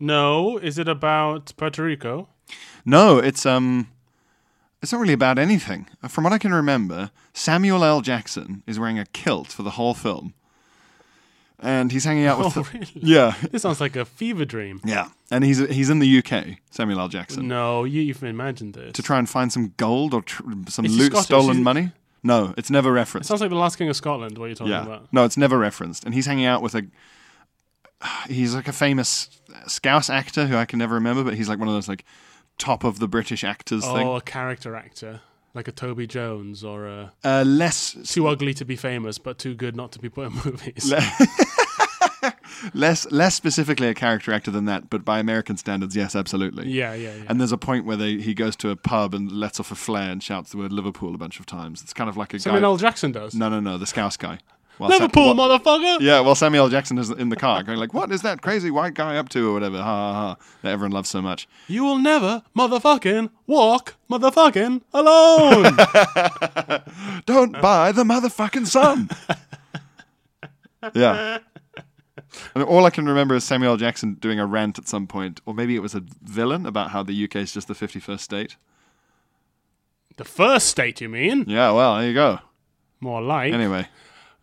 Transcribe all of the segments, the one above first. No, is it about Puerto Rico? No, it's um it's not really about anything. Uh, From what I can remember, Samuel L. Jackson is wearing a kilt for the whole film. And he's hanging out with Oh, the- really? Yeah. This sounds like a fever dream. Yeah. And he's he's in the UK, Samuel L. Jackson, No, you, you've imagined this. to try and find some gold or tr- some Is he loot Scottish? stolen Is he- money. No, it's never It referenced. sounds like the last king of Scotland. What you're talking yeah. about? No, it's never referenced. And he's hanging out with a he's like a famous Scouse actor who I can never remember, but he's like one of those like top of the British actors Or thing. Oh, a character actor, like a Toby Jones, or a Uh, less too ugly to be famous but too good not to be put in movies. less less specifically a character actor than that, but by American standards, yes, absolutely. yeah, yeah, yeah. And there's a point where they, he goes to a pub and lets off a flare and shouts the word Liverpool a bunch of times. It's kind of like a Samuel guy. L. Jackson does. no, no, no, the Scouse guy. While Sa- Liverpool, while- motherfucker. yeah, well, Samuel L. Jackson is in the car going like, "What is that crazy white guy up to?" or whatever. Ha ha ha. That everyone loves so much. You will never motherfucking walk motherfucking alone. Don't buy the motherfucking sun. yeah. And all I can remember is Samuel L. Jackson doing a rant at some point, or maybe it was a villain about how the UK is just the 51st state. the first state, you mean? Yeah, well, there you go. More like. Anyway,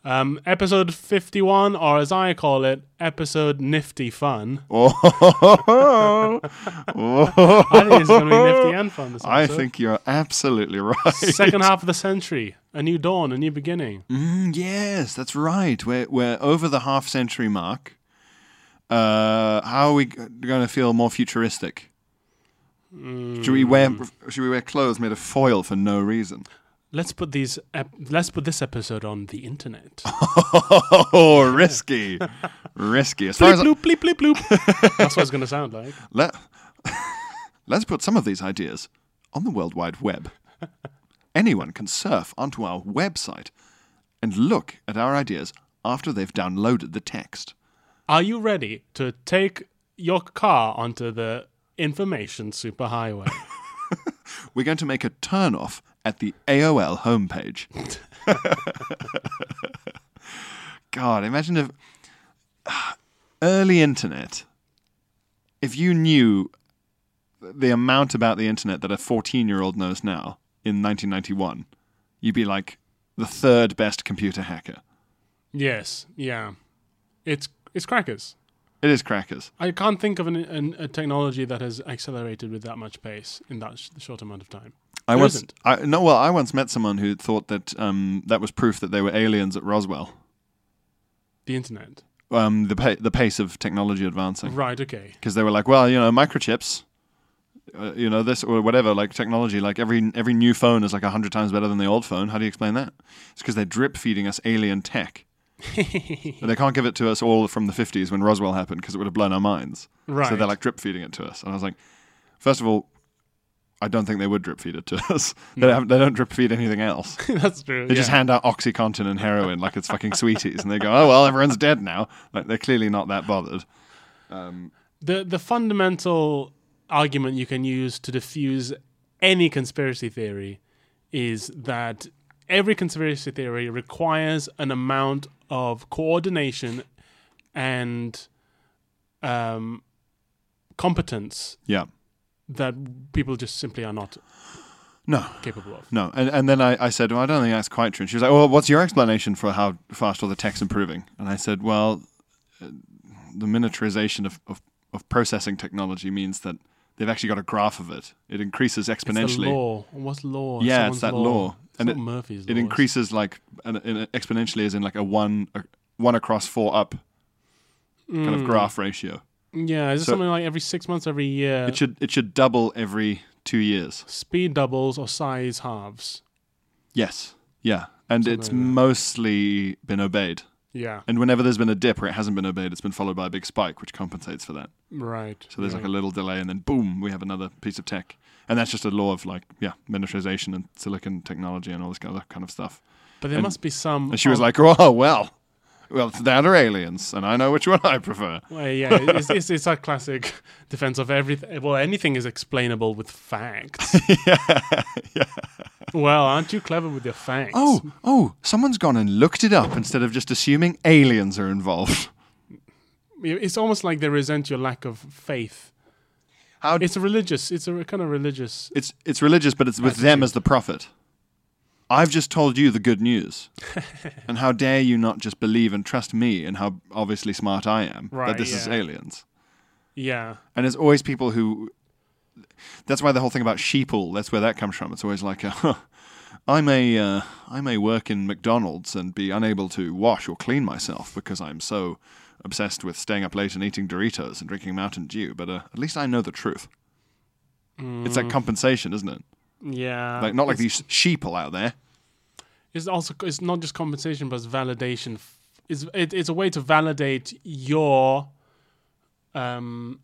Um, episode 51, or as I call it, episode nifty fun. Oh. I think it's going to be nifty and fun this I episode. think you're absolutely right. Second half of the century, a new dawn, a new beginning. Mm, yes, that's right. We're we're over the half century mark. Uh, how are we going to feel more futuristic? Should we wear Should we wear clothes made of foil for no reason? Let's put these. Ep- let's put this episode on the internet. Oh, risky, risky. As far bleep as bloop bleep bleep bloop. That's what it's going to sound like. let, let's put some of these ideas on the World Wide Web. Anyone can surf onto our website and look at our ideas after they've downloaded the text. Are you ready to take your car onto the information superhighway? We're going to make a turn off at the AOL homepage. God, imagine if early internet, if you knew the amount about the internet that a 14 year old knows now in 1991, you'd be like the third best computer hacker. yes. Yeah. It's it's crackers. It is crackers. I can't think of an, an, a technology that has accelerated with that much pace in that sh- short amount of time. I There once, isn't. I, no, well, I once met someone who thought that um, that was proof that they were aliens at Roswell. The internet. Um, the pa- the pace of technology advancing. Right. Okay. because they were like, well, you know, microchips, uh, you know, this or whatever, like technology, like every every new phone is like hundred times better than the old phone. How do you explain that? It's because they're drip feeding us alien tech. And they can't give it to us all from the fifties when Roswell happened because it would have blown our minds. So Right. they're like drip feeding it to us, and I was like, first of all. I don't think they would drip feed it to us. They, don't, they don't drip feed anything else. That's true. They just yeah. hand out OxyContin and heroin like it's fucking sweeties, and they go, "Oh well, everyone's dead now." Like they're clearly not that bothered. the the fundamental argument you can use to diffuse any conspiracy theory is that every conspiracy theory requires an amount of coordination and um, competence Yeah. that people just simply are not No, capable of. No, and, and then I, I said, well, I don't think that's quite true. And she was like, well, what's your explanation for how fast all the tech's improving? And I said, well, uh, the miniaturization of, of, of processing technology means that they've actually got a graph of it. It increases It's the exponentially. law. What's law? Yeah, Someone's it's that law. It's And not it- Murphy's law. It increases like an, an exponentially, as in like a one a one across four up kind of graph ratio. Mm. Yeah, is it so- something like every six months, every year? It should it should double every two years. speed doubles or size halves. Yes. Yeah. and it's mostly been obeyed. Yeah. And whenever there's been a dip where it hasn't been obeyed, it's been followed by a big spike, which compensates for that. Right. So there's like a little delay, and then boom, we have another piece of tech. And that's just a law of like, yeah, miniaturization and silicon technology and all this kind of, kind of stuff. But there must be some. And she was on- like, oh, well, well, it's that or aliens, and I know which one I prefer. Well, yeah, it's, it's, it's a classic defense of everything. Well, anything is explainable with facts. yeah, Well, aren't you clever with your facts? Oh, oh, someone's gone and looked it up instead of just assuming aliens are involved. It's almost like they resent your lack of faith. How It's a religious, it's a kind of religious. It's it's religious, but it's with them as the prophet. I've just told you the good news, and how dare you not just believe and trust me and how obviously smart I am Right, that this is yeah. aliens. Yeah. And there's always people who. That's why the whole thing about sheeple. That's where that comes from. It's always like, a, I may uh, I may work in McDonald's and be unable to wash or clean myself because I'm so obsessed with staying up late and eating Doritos and drinking Mountain Dew. But uh, at least I know the truth. It's Mm. like compensation, isn't it? Yeah. like not like these sheeple out there. It's also it's not just compensation, but it's validation. f- It's it, it's a way to validate your um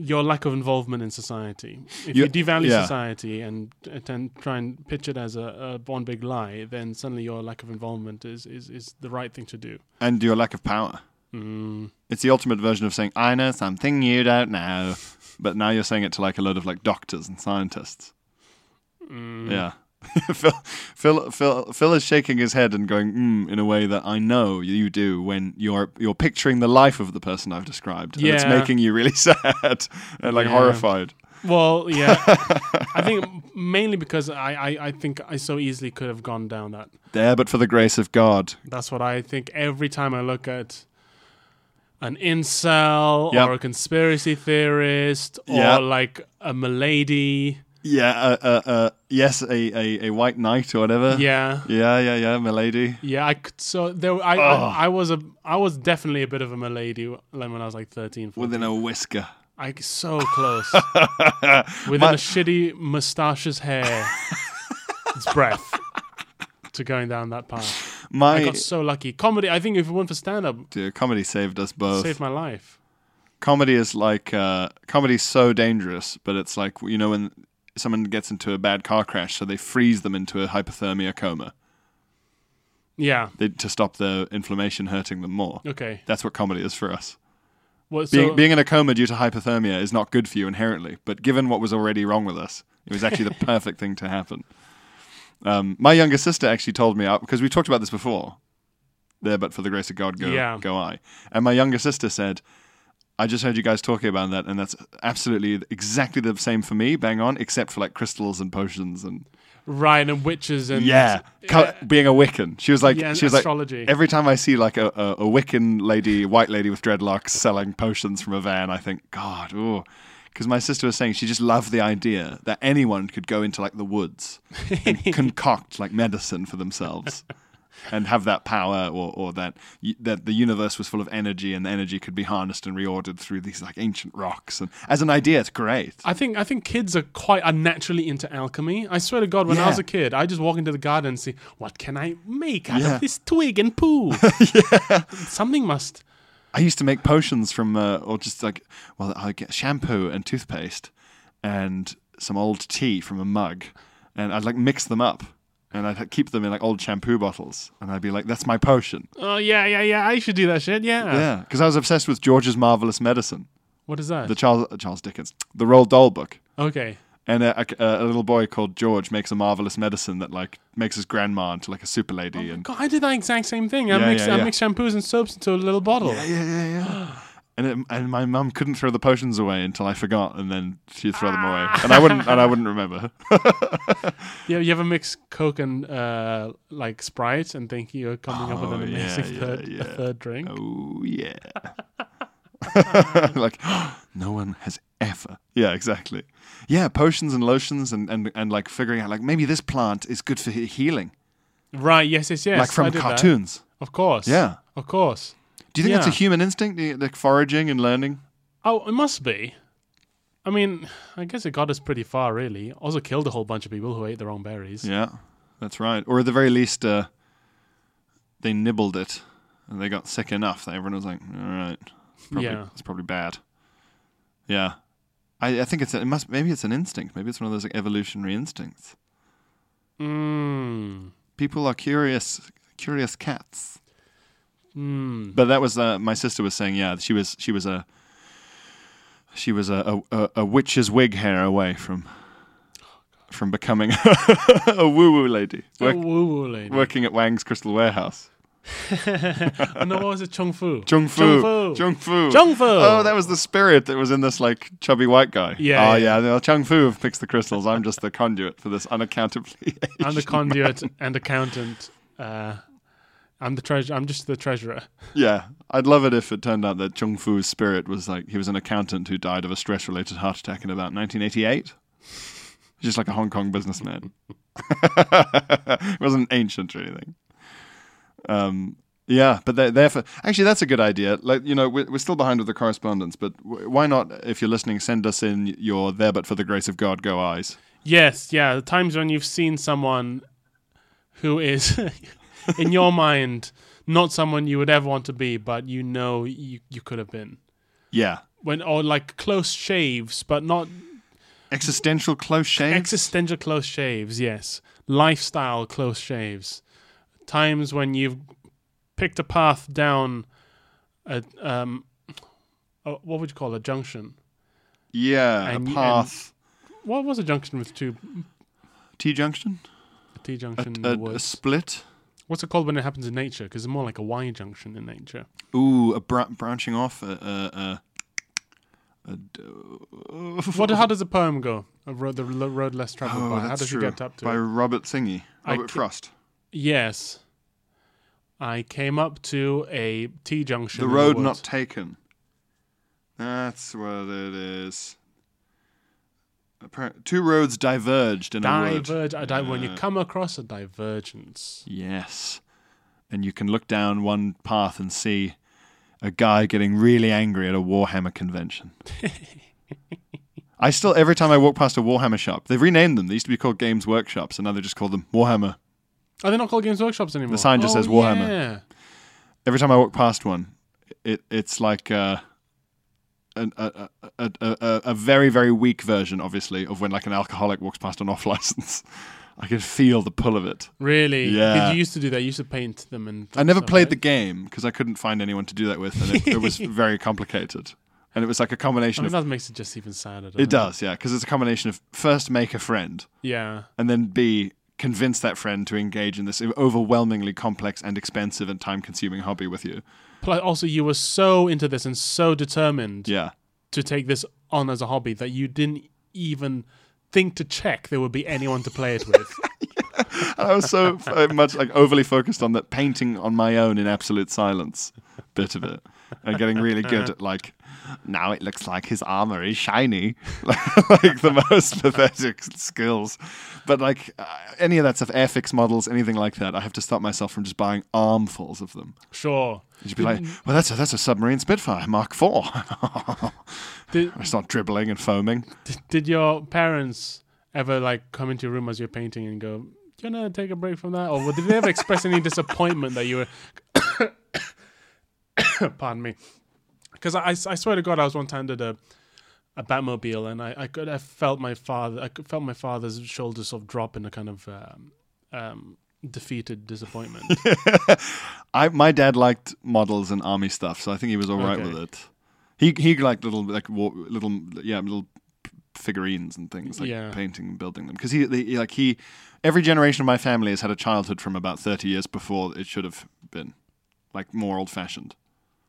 your lack of involvement in society. If you, You- devalue yeah. society and attend, try and pitch it as a, a one big lie, then suddenly your lack of involvement is is, is the right thing to do. And your lack of power. Mm. It's the ultimate version of saying I know something you don't know, but now you're saying it to like a load of like doctors and scientists. Mm. Yeah. Phil, Phil, Phil, Phil is shaking his head and going mm, in a way that I know you do when you're you're picturing the life of the person I've described, and it's Yeah. making you really sad and like Yeah. horrified. Well, yeah, I think mainly because I, I I think I so easily could have gone down that. There, but for the grace of God, That's what I think every time I look at an incel Yep. or a conspiracy theorist or Yep. like a milady. yeah, uh, uh, uh, yes, a, a a white knight or whatever. Yeah. yeah, yeah, yeah, milady. Yeah, I could, so there I, I I was a I was definitely a bit of a milady like when I was like 13. 14. within a whisker. I so close. Within a shitty mustache's hair. its breath to going down that path. I My got so lucky. Comedy, I think if it weren't for stand up, dear, comedy saved us both. saved my life. comedy is like uh, comedy's so dangerous, but it's like you know when someone gets into a bad car crash, so they freeze them into a hypothermia coma Yeah. they, to stop the inflammation hurting them more. Okay. That's what comedy is for us. What, Being, so- being in a coma due to hypothermia is not good for you inherently, but given what was already wrong with us, it was actually the perfect thing to happen. Um, my younger sister actually told me because we talked about this before. There, but for the grace of God, go Yeah. go I. And my younger sister said, "I just heard you guys talking about that, and that's absolutely exactly the same for me, bang on, except for like crystals and potions and Right, and witches and yeah, Co- being a Wiccan. She was like, Yeah, and she was like, astrology. every time I see like a, a, a Wiccan lady, white lady with dreadlocks selling potions from a van, I think, God, ooh. Because my sister was saying she just loved the idea that anyone could go into like the woods and concoct like medicine for themselves and have that power or, or that y- that the universe was full of energy and the energy could be harnessed and reordered through these like ancient rocks. And as an idea, it's great. I think I think kids are quite are naturally into alchemy. I swear to God, when I was Yeah. a kid, I just walk into the garden and see what can I make out Yeah. of this twig and poo. Something must. I used to make potions from, uh, or just like, well, I get shampoo and toothpaste and some old tea from a mug, and I'd like mix them up, and I'd like, keep them in like old shampoo bottles, and I'd be like, that's my potion. Oh yeah, yeah, yeah. I should do that shit. Yeah. Yeah, because I was obsessed with George's Marvelous Medicine, What is that? the Charles Charles Dickens, the Roald Dahl book. okay. And a, a, a little boy called George makes a marvelous medicine that like makes his grandma into like a super lady, and God, I did that exact same thing. I Yeah, mixed yeah, I yeah. mixed shampoos and soaps into a little bottle. and it, and my mum couldn't throw the potions away until I forgot, and then she'd throw them away, and I wouldn't and I wouldn't remember. Yeah, you ever mix Coke and uh, like Sprite and think you're coming up with an Oh, yeah, amazing yeah, third, a yeah. third drink? Oh yeah. like no one has ever. Yeah, exactly. Yeah, potions and lotions and, and, and like figuring out like maybe this plant is good for he- healing, Right. Yes. Yes. Yes. like I from did that. cartoons. Of course. Yeah. Of course. Do you think that's Yeah. a human instinct, the- like foraging and learning? Oh, it must be. I mean, I guess it got us pretty far, really. Also, killed a whole bunch of people who ate the wrong berries. Yeah. That's right. Or at the very least, uh, they nibbled it and they got sick enough that everyone was like, all right, it's probably, Yeah. it's probably bad. Yeah. I, I think it's, it must, maybe it's an instinct. Maybe it's one of those like, evolutionary instincts. Mm. People are curious, curious cats. Hmm. But that was, uh, my sister was saying, yeah, she was, she was a, she was a, a, a, a witch's wig hair away from, from becoming a woo-woo lady. Work- oh, woo woo lady. working at Wang's Crystal Warehouse. Oh, no, what was it? Chung Fu. Jung Fu. Chung Fu. Jung Fu. Chung Fu. Oh, that was the spirit that was in this like chubby white guy. Yeah, Oh yeah. yeah. No, Chung Fu picks the crystals. I'm just the conduit for this unaccountably. I'm the conduit and accountant. Uh, I'm the treasurer. I'm just the treasurer. yeah. I'd love it if it turned out that Chung Fu's spirit was like he was an accountant who died of a stress related heart attack in about 1988. Just like a Hong Kong businessman. it wasn't ancient or anything. Um, yeah, but they're, therefore, actually, that's a good idea. Like, you know, we're, we're still behind with the correspondence, but w- why not, if you're listening, send us in your there but for the grace of God go eyes. Yes, yeah. The times when you've seen someone who is, in your mind, not someone you would ever want to be, but you know you, you could have been. Yeah. When or like close shaves, but not Existential close shaves. existential close shaves. Yes, lifestyle close shaves. Times when you've picked a path down a um, a, what would you call it, a junction? yeah, And- a path. What was a junction with two T junction? a T junction in A, the a woods? split? What's it called when it happens in nature? Because it's more like a Y junction in nature. Ooh, a bra- branching off. A, a, a, a d- What? How does the poem go? A road, the l- road less traveled Oh, by. How that's does true. he get up to By it? Robert Thingy. I Robert ca- Frost. Yes. I came up to a T junction. The in road woods. not taken. That's what it is. Appar- Two roads diverged in a word. diverge. I di- When you come across a divergence, Yes. And you can look down one path and see a guy getting really angry at a Warhammer convention. I still, every time I walk past a Warhammer shop, they've renamed them. They used to be called Games Workshops, and now they just call them Warhammer. are they not called Games Workshops anymore? sign just Oh, says Warhammer. Yeah. every time I walk past one, it it's like uh, an, a, a, a, a, a- a very very weak version, obviously, of when like an alcoholic walks past an off license. I can feel the pull of it. Really? Yeah. 'Cause You used to do that. You used to paint them and. I never stuff, played the right? game because I couldn't find anyone to do that with, and it, it was very complicated. And it was like a I combination mean, of that makes it just even sadder. doesn't it does, yeah, because it's a combination of first make a friend, Yeah. and then B convince that friend to engage in this overwhelmingly complex and expensive and time-consuming hobby with you. Plus, also, you were so into this and so determined Yeah. to take this on as a hobby that you didn't even think to check there would be anyone to play it with. I was so f- uh, much like overly focused on that painting on my own in absolute silence bit of it, and getting really good at like now it looks like his armor is shiny, like the most pathetic skills. But like uh, any of that stuff, airfix models, anything like that, I have to stop myself from just buying armfuls of them. sure. You'd be like, well, that's a, that's a submarine Spitfire Mark Four. Did, I start dribbling and foaming. did your parents ever like come into your room as you're painting and go, "Do you wanna take a break from that?" Or did they ever express any disappointment that you were? Pardon me, because I, I s- I swear to God, I was one time at a a Batmobile and I, I could I felt my father I could- felt my father's shoulders sort of drop in a kind of um, um, defeated disappointment. I my dad liked models and army stuff, so I think he was all right Okay. with it. He he liked little like wa- little yeah little p- figurines and things like Yeah. painting and building them because he, he like he every generation of my family has had a childhood from about thirty years before it should have been like more old fashioned.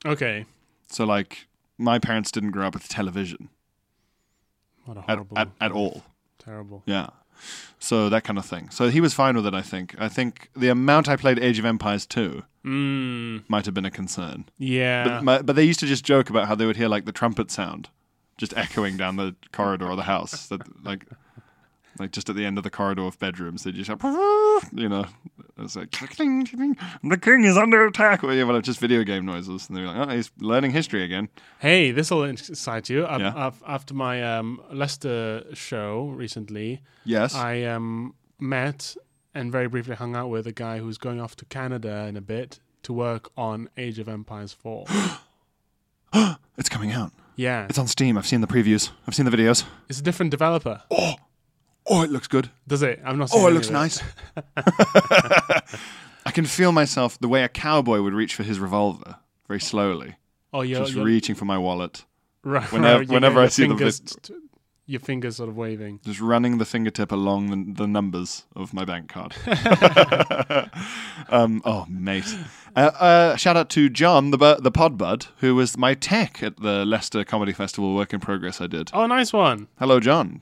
okay, So like my parents didn't grow up with television what a at, horrible, at, at all. terrible. Yeah. So that kind of thing. So he was fine with it, I think. I think the amount I played Age of Empires 2 Mm, might have been a concern. yeah, But, my, but they used to just joke about how they would hear like the trumpet sound just echoing down the corridor of the house that like like just at the end of the corridor of bedrooms they just like, you know it's like "Cling, cling, the king is under attack or yeah well just video game noises and they're like oh he's learning history again Hey, this will excite you. I, Yeah. I've, after my um, Leicester show recently, yes I um, met and very briefly hung out with a guy who's going off to Canada in a bit to work on Age of Empires 4. It's coming out. yeah. It's on Steam. I've seen the previews. I've seen the videos. It's a different developer. Oh, it looks good. Does it? I'm not seen Oh, it any looks of nice. I can feel myself the way a cowboy would reach for his revolver very slowly, Oh, you're, just you're, reaching for my wallet, right, whenever- right, you whenever got I your see the fingers vid- t- your fingers sort of waving. just running the fingertip along the, the numbers of my bank card. um, oh, mate! Uh, uh, shout out to John, the bu- the pod bud, who was my tech at the Leicester Comedy Festival work in progress I did. Oh, nice one. Hello, John.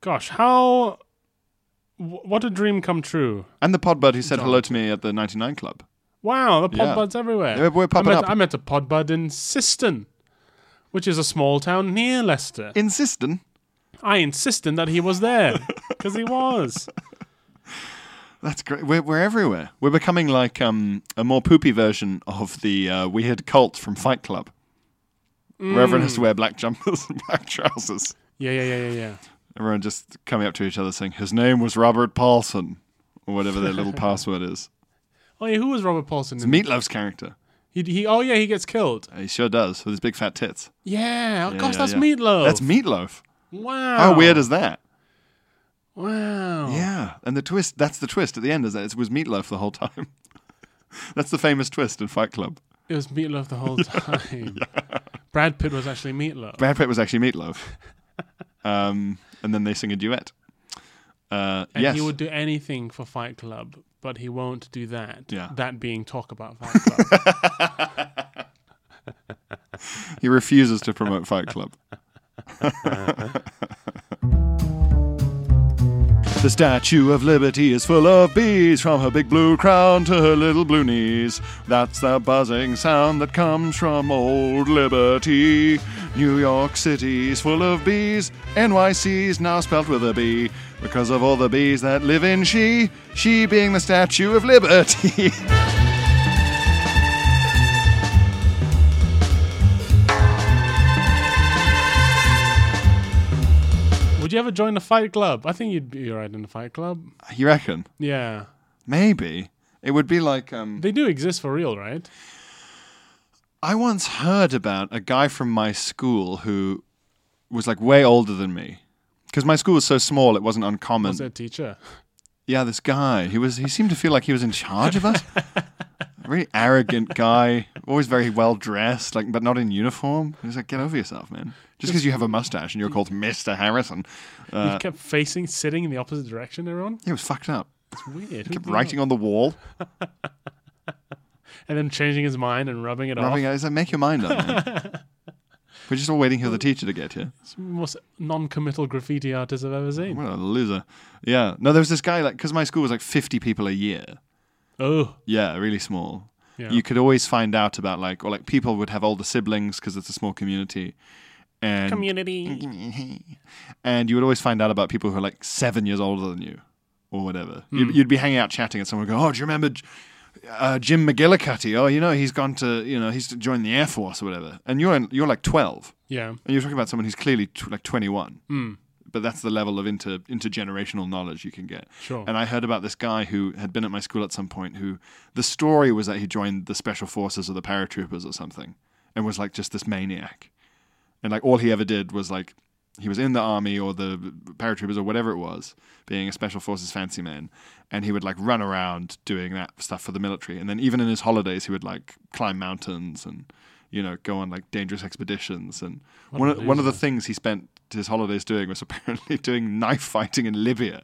Gosh, how. wh- What a dream come true. And the Podbud who said hello to me at the 99 Club. Wow, the Yeah. podbuds everywhere. Yeah, we're popping I met, up. I met a podbud in Siston, which is a small town near Leicester. In Siston. I insisted that he was there because he was. That's great. We're, we're everywhere. We're becoming like um, a more poopy version of the uh, weird cult from Fight Club. Where everyone has to wear black jumpers and black trousers. Yeah, yeah, yeah, yeah, yeah. Everyone just coming up to each other saying, his name was Robert Paulson, or whatever their little password is. Oh yeah, who was Robert Paulson? It's in- Meatloaf's character. He, he, oh yeah, he gets killed. He sure does, with his big fat tits. Yeah, oh, Yeah, gosh, yeah, that's yeah. Meatloaf. Oh. That's Meatloaf. wow. How weird is that? Wow. Yeah, and the twist, that's the twist at the end, is that it was Meatloaf the whole time. that's the famous twist in Fight Club. It was Meatloaf the whole time. Brad Pitt was actually Meatloaf. Brad Pitt was actually Meatloaf. um, and then they sing a duet. Uh, and yes. he would do anything for Fight Club, but he won't do that. Yeah. That being talk about Fight Club. He refuses to promote Fight Club. the Statue of Liberty is full of bees, from her big blue crown to her little blue knees. That's the buzzing sound that comes from old Liberty. New York City's full of bees, NYC's now spelt with a B, because of all the bees that live in she, she being the Statue of Liberty. would you ever join the Fight Club? I think you'd be alright in the Fight Club. you reckon? Yeah. Maybe. It would be like um, They do exist for real, right? I once heard about a guy from my school who was like way older than me. Because my school was so small, it wasn't uncommon. Was their teacher? Yeah, this guy. He was. He seemed to feel like he was in charge of us. A really arrogant guy, always very well dressed, like but not in uniform. He was like, "Get over yourself, man. Just because you have a mustache and you're called Mister Harrison, Uh, he kept facing, sitting in the opposite direction, everyone. he was fucked up. It's weird. Kept writing on the wall, and then changing his mind and rubbing it rubbing off. it. He's like, "Make your mind up, man." We're just all waiting for the teacher to get here. It's the most non-committal graffiti artist I've ever seen. What a loser. Yeah. No, there was this guy, like, because my school was like 50 people a year. Oh, Yeah, really small. Yeah. You could always find out about, like, or like people would have older siblings because it's a small community. And, community. and you would always find out about people who are like seven years older than you or whatever. Hmm. You'd, you'd be hanging out chatting and someone would go, Oh, do you remember J- uh, Jim McGillicuddy? Oh, you know, he's gone to, you know, he's joined the Air Force or whatever. And you're, in, you're like 12. Yeah. And you're talking about someone who's clearly tw like 21. But that's the level of inter intergenerational knowledge you can get. Sure. And I heard about this guy who had been at my school at some point who the story was that he joined the special forces or the paratroopers or something and was like just this maniac. And like all he ever did was like he was in the army or the paratroopers or whatever it was, being a special forces fancy man, and he would like run around doing that stuff for the military. And then even in his holidays, he would like climb mountains and you know go on like dangerous expeditions. And one of, one of the things he spent his holidays doing was apparently doing knife fighting in Libya.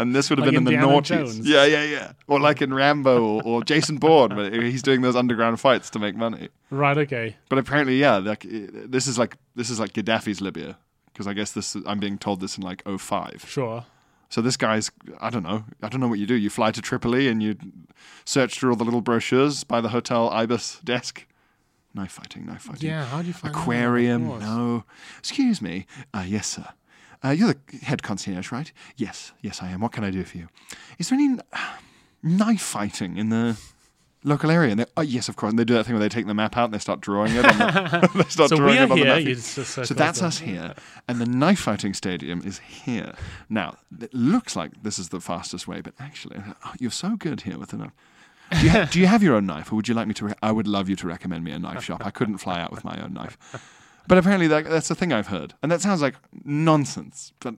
And this would have Like been in Indiana the noughties. Jones. Yeah, yeah, yeah. Or like in Rambo or, or Jason Bourne, where he's doing those underground fights to make money. Right. Okay. But apparently, yeah, like it- this is like this is like Gaddafi's Libya because I guess this I'm being told this in like 05. Sure. So this guy's I don't know I don't know what you do. You fly to Tripoli and you search through all the little brochures by the hotel ibis desk. Knife fighting, knife fighting. Yeah. How do you find that out? Of Aquarium. course. No. Excuse me. Uh, yes, sir. Uh, you're the head concierge, right? Yes, yes, I am. What can I do for you? Is there any kn- knife fighting in the local area. And they, oh, yes, of course. And they do that thing where they take the map out and they start drawing it. On the, they start So drawing we are it on here. the you map. just So circle that's that. us here, and the knife fighting stadium is here. Now it looks like this is the fastest way, but actually, oh, you're so good here with the knife. Do you, ha- do you have your own knife, or would you like me to? Re- I would love you to recommend me a knife shop. I couldn't fly out with my own knife, but apparently that, that's a thing I've heard, and that sounds like nonsense. But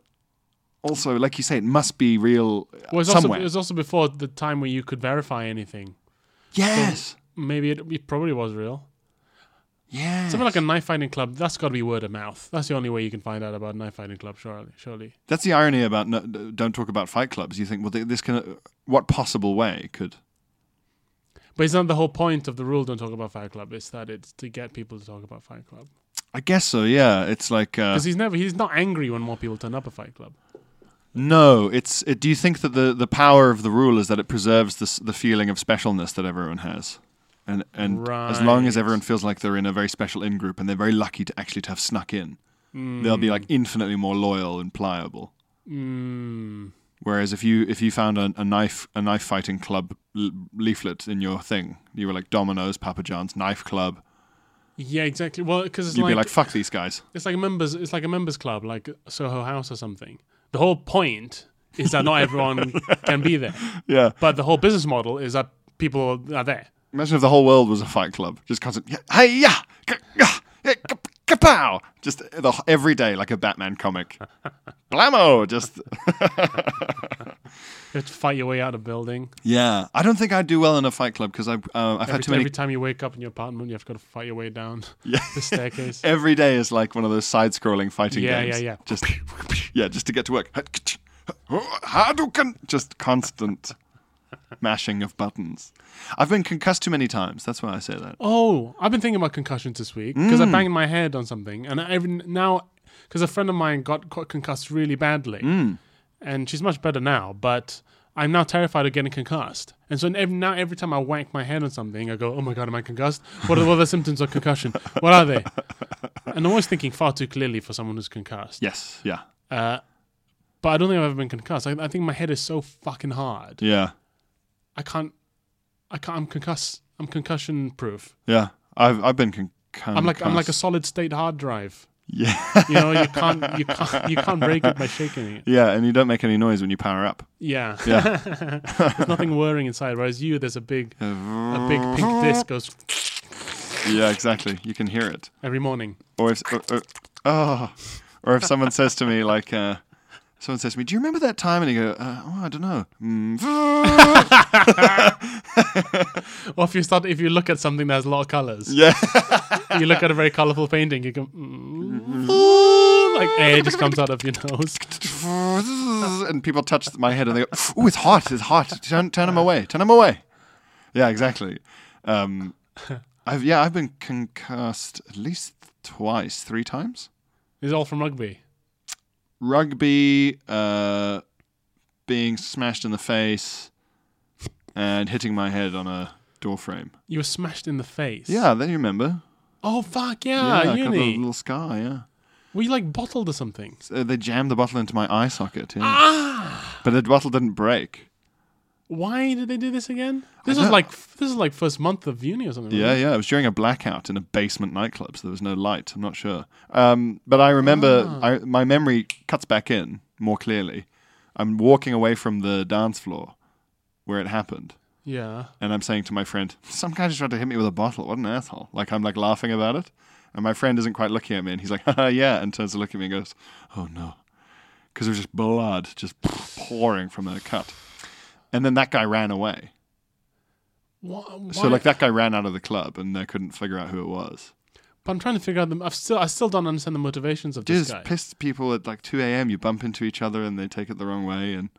also, like you say, it must be real uh, Well, it was, also, somewhere. it was also before the time where you could verify anything. yes, Maybe it, it probably was real. yes. Something like a knife fighting club. That's got to be word of mouth. That's the only way you can find out about a knife fighting club. Surely, surely. That's the irony about no, don't talk about fight clubs. You think, well, th- this can. uh, What possible way could? But it's not the whole point of the rule. Don't talk about Fight Club. It's that it's to get people to talk about Fight Club. I guess so. Yeah, it's like. Uh, Because he's never he's not angry when more people turn up at Fight Club. No, it's. It, do you think that the, the power of the rule is that it preserves the s- the feeling of specialness that everyone has, and and as long as Right. everyone feels like they're in a very special in group and they're very lucky to actually to have snuck in, they'll be like infinitely more loyal and pliable. Mm. Whereas if you if you found a, a knife a knife fighting club l- leaflet in your thing, you were like Domino's, Papa John's, Knife Club, Yeah, exactly. Well, because it's you'd like, be like, fuck these guys. it's like a members it's like a members club, like Soho House or something. The whole point is that not everyone can be there, Yeah. but the whole business model is that people are there. Imagine if the whole world was a fight club, just constant, yeah, hey, yeah, ka- yeah, yeah, ka- kapow, just the, every day like a Batman comic. Blammo, just You have to fight your way out of building. yeah. I don't think I'd do well in a fight club because I uh, I've Every, had too many. every time you wake up in your apartment, you have to go to fight your way down Yeah. the staircase. Every day is like one of those side-scrolling fighting Yeah, games. yeah, yeah. Just yeah, just to get to work. Hadouken, just constant mashing of buttons. I've been concussed too many times. That's why I say that. Oh, I've been thinking about concussions this week because Mm. I banged my head on something, and I even now because a friend of mine got co- concussed really badly, Mm. and she's much better now. But I'm now terrified of getting concussed, and so every, now every time I whack my head on something, I go, "Oh my god, am I concussed? What are, what are the symptoms of concussion? What are they?" And I'm always thinking far too clearly for someone who's concussed. Yes. Yeah. Uh, but I don't think I've ever been concussed. I, I think my head is so fucking hard. Yeah. I can't. I can't. I'm concussed. I'm concussion proof. Yeah. I've I've been con- I'm like I'm like a concussed. solid state hard drive. yeah. You know, you can't you can't you can't break it by shaking it. Yeah, and you don't make any noise when you power up. Yeah. Yeah. there's nothing whirring inside. Whereas you, there's a big a big pink disc goes yeah, exactly. You can hear it. every morning. Or if or, or, oh, or if someone says to me like, uh, someone says to me, "Do you remember that time?" And you go, uh, "Oh, I don't know." Mm. Or if you start if you look at something that has a lot of colours. Yeah. you look at a very colourful painting, you go mm, Mm-hmm. like air just comes out of your nose. and people touch my head and they go, "Ooh, it's hot! It's hot! Turn turn them away! Turn them away!" Yeah, exactly. Um, I've yeah, I've been concussed at least twice, three times. It's all from rugby. rugby, uh, being smashed in the face, and hitting my head on a door frame. You were smashed in the face. Yeah, then you remember. Oh fuck yeah, yeah, I got a uni. little scar. Yeah, Were you like bottled or something? so they jammed the bottle into my eye socket. Yeah, but the bottle didn't break. Why did they do this again? This don't- was like this is like first month of uni or something. Yeah, right? yeah. It was during a blackout in a basement nightclub, so there was no light. I'm not sure. Um, but I remember I, my memory cuts back in more clearly. I'm walking away from the dance floor where it happened. Yeah. and I'm saying to my friend, "Some guy just tried to hit me with a bottle. What an asshole!" Like I'm like laughing about it, and my friend isn't quite looking at me, and he's like, "Haha, yeah," and turns to look at me and goes, "Oh no," because there was just blood just pouring from the cut, and then that guy ran away. Wha- Why? So like that guy ran out of the club, and they couldn't figure out who it was. But I'm trying to figure out them. I've still, I still don't understand the motivations of this Just guy. pissed people at like 2 a.m. You bump into each other, and they take it the wrong way, and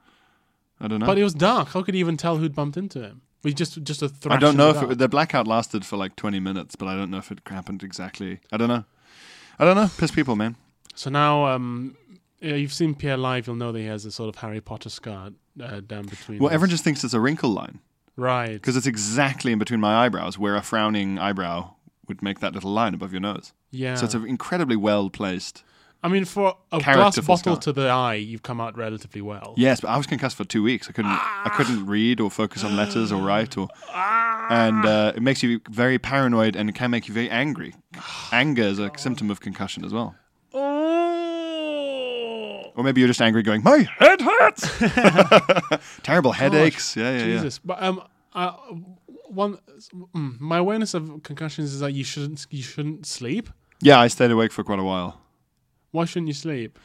I don't know. But it was dark. How could he even tell who'd bumped into him? We just, just a thrash. I don't in know the if it, dark. the blackout lasted for like 20 minutes, but I don't know if it happened exactly. I don't know. I don't know. Piss people, man. So now, um, yeah, you've seen Pierre live. You'll know that he has a sort of Harry Potter scar uh, down between. Well, his- everyone just thinks it's a wrinkle line right. because it's exactly in between my eyebrows where a frowning eyebrow would make that little line above your nose. Yeah. So it's an incredibly well placed. I mean, for a glass characterful bottle scar. to the eye, you've come out relatively well. Yes, but I was concussed for two weeks. I couldn't. I couldn't read or focus on letters or write or. and uh, it makes you very paranoid and it can make you very angry. Anger is a symptom of concussion as well. Oh, Or maybe you're just angry, going, "My head hurts." Terrible headaches. Yeah, yeah, yeah. Jesus! But um, uh, one, mm, my awareness of concussions is that you shouldn't you shouldn't sleep. Yeah, I stayed awake for quite a while. Why shouldn't you sleep?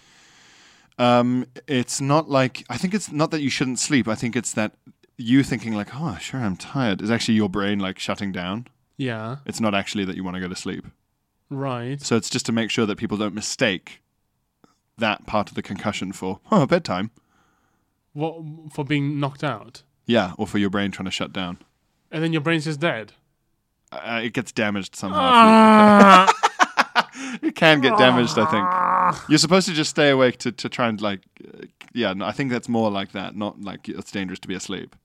Um, it's not like I think it's not that you shouldn't sleep. I think it's that you thinking like, "Oh, sure, I'm tired," is actually your brain like shutting down. Yeah, It's not actually that you want to go to sleep. right. So it's just to make sure that people don't mistake that part of the concussion for oh bedtime. What for being knocked out, Yeah, or for your brain trying to shut down. and then your brain's just dead. Uh, it gets damaged somehow. Ah. if you- it can get damaged, I think. You're supposed to just stay awake to, to try and like, uh, yeah. No, I think that's more like that. Not like it's dangerous to be asleep,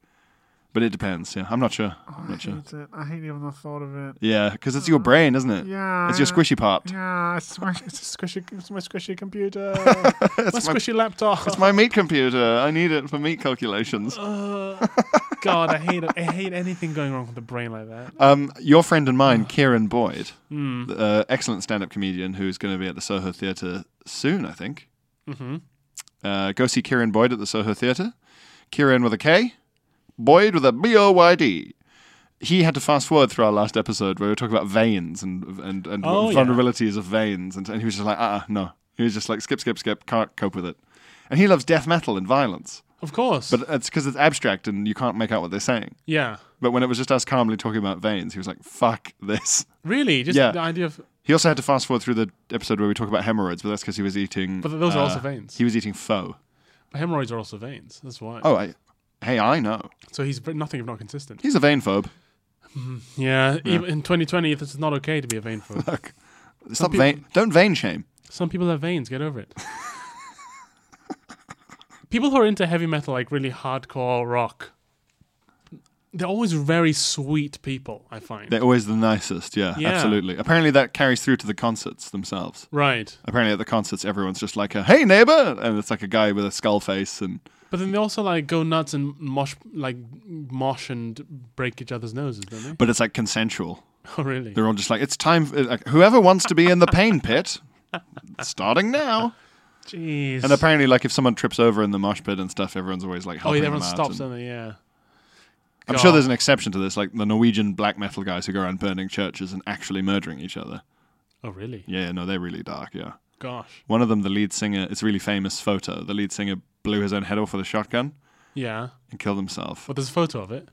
but it depends. Yeah, I'm not sure. I'm not sure. That's it. I hate even the thought of it. Yeah, because it's your brain, isn't it? Yeah. It's your squishy part. Yeah, it's my, it's a squishy, it's my squishy computer. my squishy laptop. It's my meat computer. I need it for meat calculations. God, I hate it. I hate anything going wrong with the brain like that. Um, your friend and Ah. mine, Kieran Boyd, Hmm. the, uh, excellent stand-up comedian who's going to be at the Soho Theatre soon, I think. Mm-hmm. Uh, go see Kieran Boyd at the Soho Theatre. Kieran with a K, Boyd with a B O Y D. He had to fast forward through our last episode where we were talking about veins and and, and Oh, yeah. vulnerabilities of veins, and, and he was just like, uh, uh no. He was just like, skip, skip, skip, can't cope with it. And he loves death metal and violence, Of course. but uh, it's because it's abstract and you can't make out what they're saying. yeah. But when it was just us calmly talking about veins, he was like, fuck this. Really? Just Yeah. the idea of He also had to fast forward through the episode where we talk about hemorrhoids, but that's because he was eating. uh, But those are also veins. He was eating faux. hemorrhoids are also veins. That's why. Oh, I, hey, I know. So he's br- nothing if not consistent. He's a vein phobe. Yeah. Even in 2020, this is not okay to be a vein phobe. Look, stop vein. Don't vein shame. Some people have veins. Get over it. people who are into heavy metal, like really hardcore rock, they're always very sweet people. I find. They're always the nicest. Yeah, Yeah. absolutely. Apparently, that carries through to the concerts themselves. right. Apparently, at the concerts, everyone's just like a "Hey, neighbor," and it's like a guy with a skull face and But then they also like go nuts and mosh, like mosh and break each other's noses, don't they? but it's like consensual. Oh, really? They're all just like, "It's time." For, like, whoever wants to be in the pain pit, starting now. Jeez. And apparently, like if someone trips over in the mosh pit and stuff, everyone's always like, oh, helping yeah, everyone them out and- stops, don't they? Yeah. I'm sure there's an exception to this, like the Norwegian black metal guys who go around burning churches and actually murdering each other. Oh, really? Yeah, no, they're really dark, yeah. Gosh. One of them, the lead singer, it's a really famous photo. The lead singer blew his own head off with a shotgun Yeah. and killed himself. But there's a photo of it.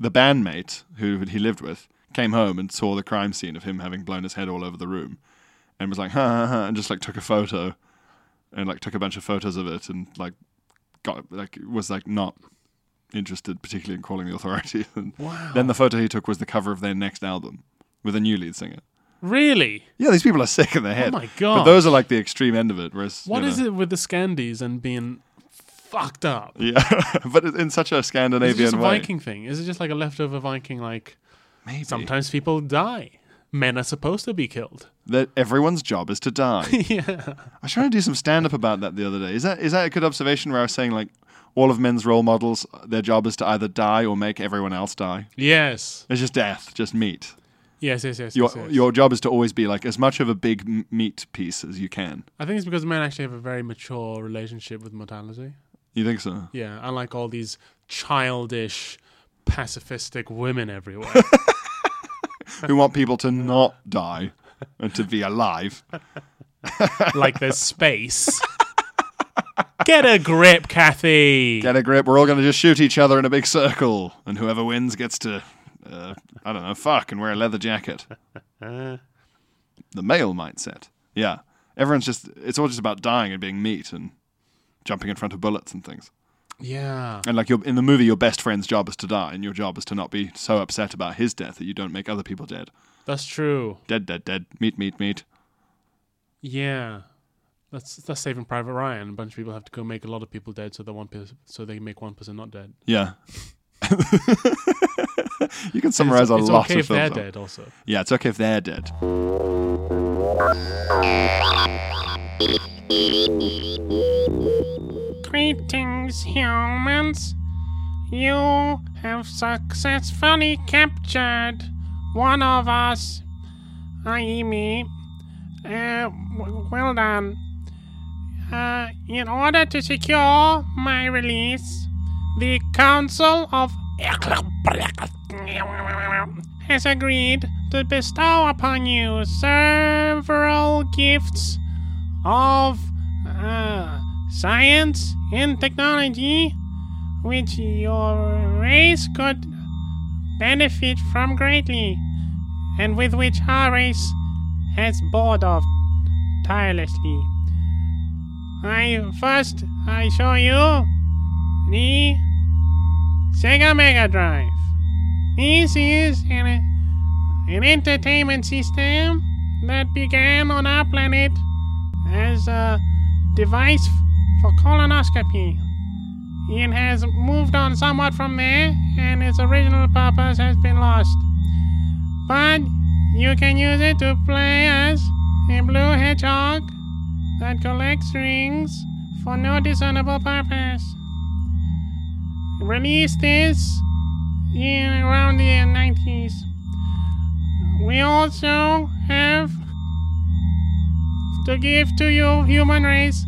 The bandmate who he lived with came home and saw the crime scene of him having blown his head all over the room and was like, ha ha ha, and just like took a photo and like took a bunch of photos of it and like got, like, was like not interested particularly in calling the authorities. And Wow. Then the photo he took was the cover of their next album with a new lead singer. Really? Yeah, these people are sick in their head. Oh my But God. those are like the extreme end of it. Whereas What you is know- it with the Scandies and being fucked up? Yeah, but in such a Is it Scandinavian just a way. Viking thing? Is it just like a leftover Viking? Like Maybe sometimes people die. Men are supposed to be killed. that everyone's job is to die. yeah. I was trying to do some stand up about that the other day. Is that is that a good observation? Where I was saying like all of men's role models, their job is to either die or make everyone else die. Yes. It's just death, just meat. Yes. Yes. Yes. Your yes, yes. your job is to always be like as much of a big m- meat piece as you can. I think it's because men actually have a very mature relationship with mortality. You think so? Yeah, unlike all these childish, pacifistic women everywhere. Who want people to not die and to be alive? like there's space. Get a grip, Kathy. Get a grip. We're all going to just shoot each other in a big circle, and whoever wins gets to, uh, I don't know, fuck and wear a leather jacket. the male mindset. Yeah. Everyone's just, it's all just about dying and being meat and jumping in front of bullets and things. yeah. And like you in the movie, your best friend's job is to die, and your job is to not be so upset about his death that you don't make other people dead. That's true. Dead, dead, dead. Meat, meat, meat. Yeah. That's that's saving Private Ryan. A bunch of people have to go make a lot of people dead so the one person so they make one person not dead. Yeah. you can summarize it's a it's lot okay of if they're films. dead also. Yeah, it's okay if they're dead. Greetings, humans. You have successfully captured one of us, i.e., me. Uh, w- well done. Uh, in order to secure my release, the Council of has agreed to bestow upon you several gifts of uh, science and technology which your race could benefit from greatly, and with which our race has bored of tirelessly. I first I show you the Sega Mega Drive. This is an, an entertainment system that began on our planet as a device for colonoscopy. It has moved on somewhat from there, and its original purpose has been lost. But you can use it to play as a blue hedgehog that collects rings for no discernible purpose. Released this in around the 90s. We also have to give to you, human race,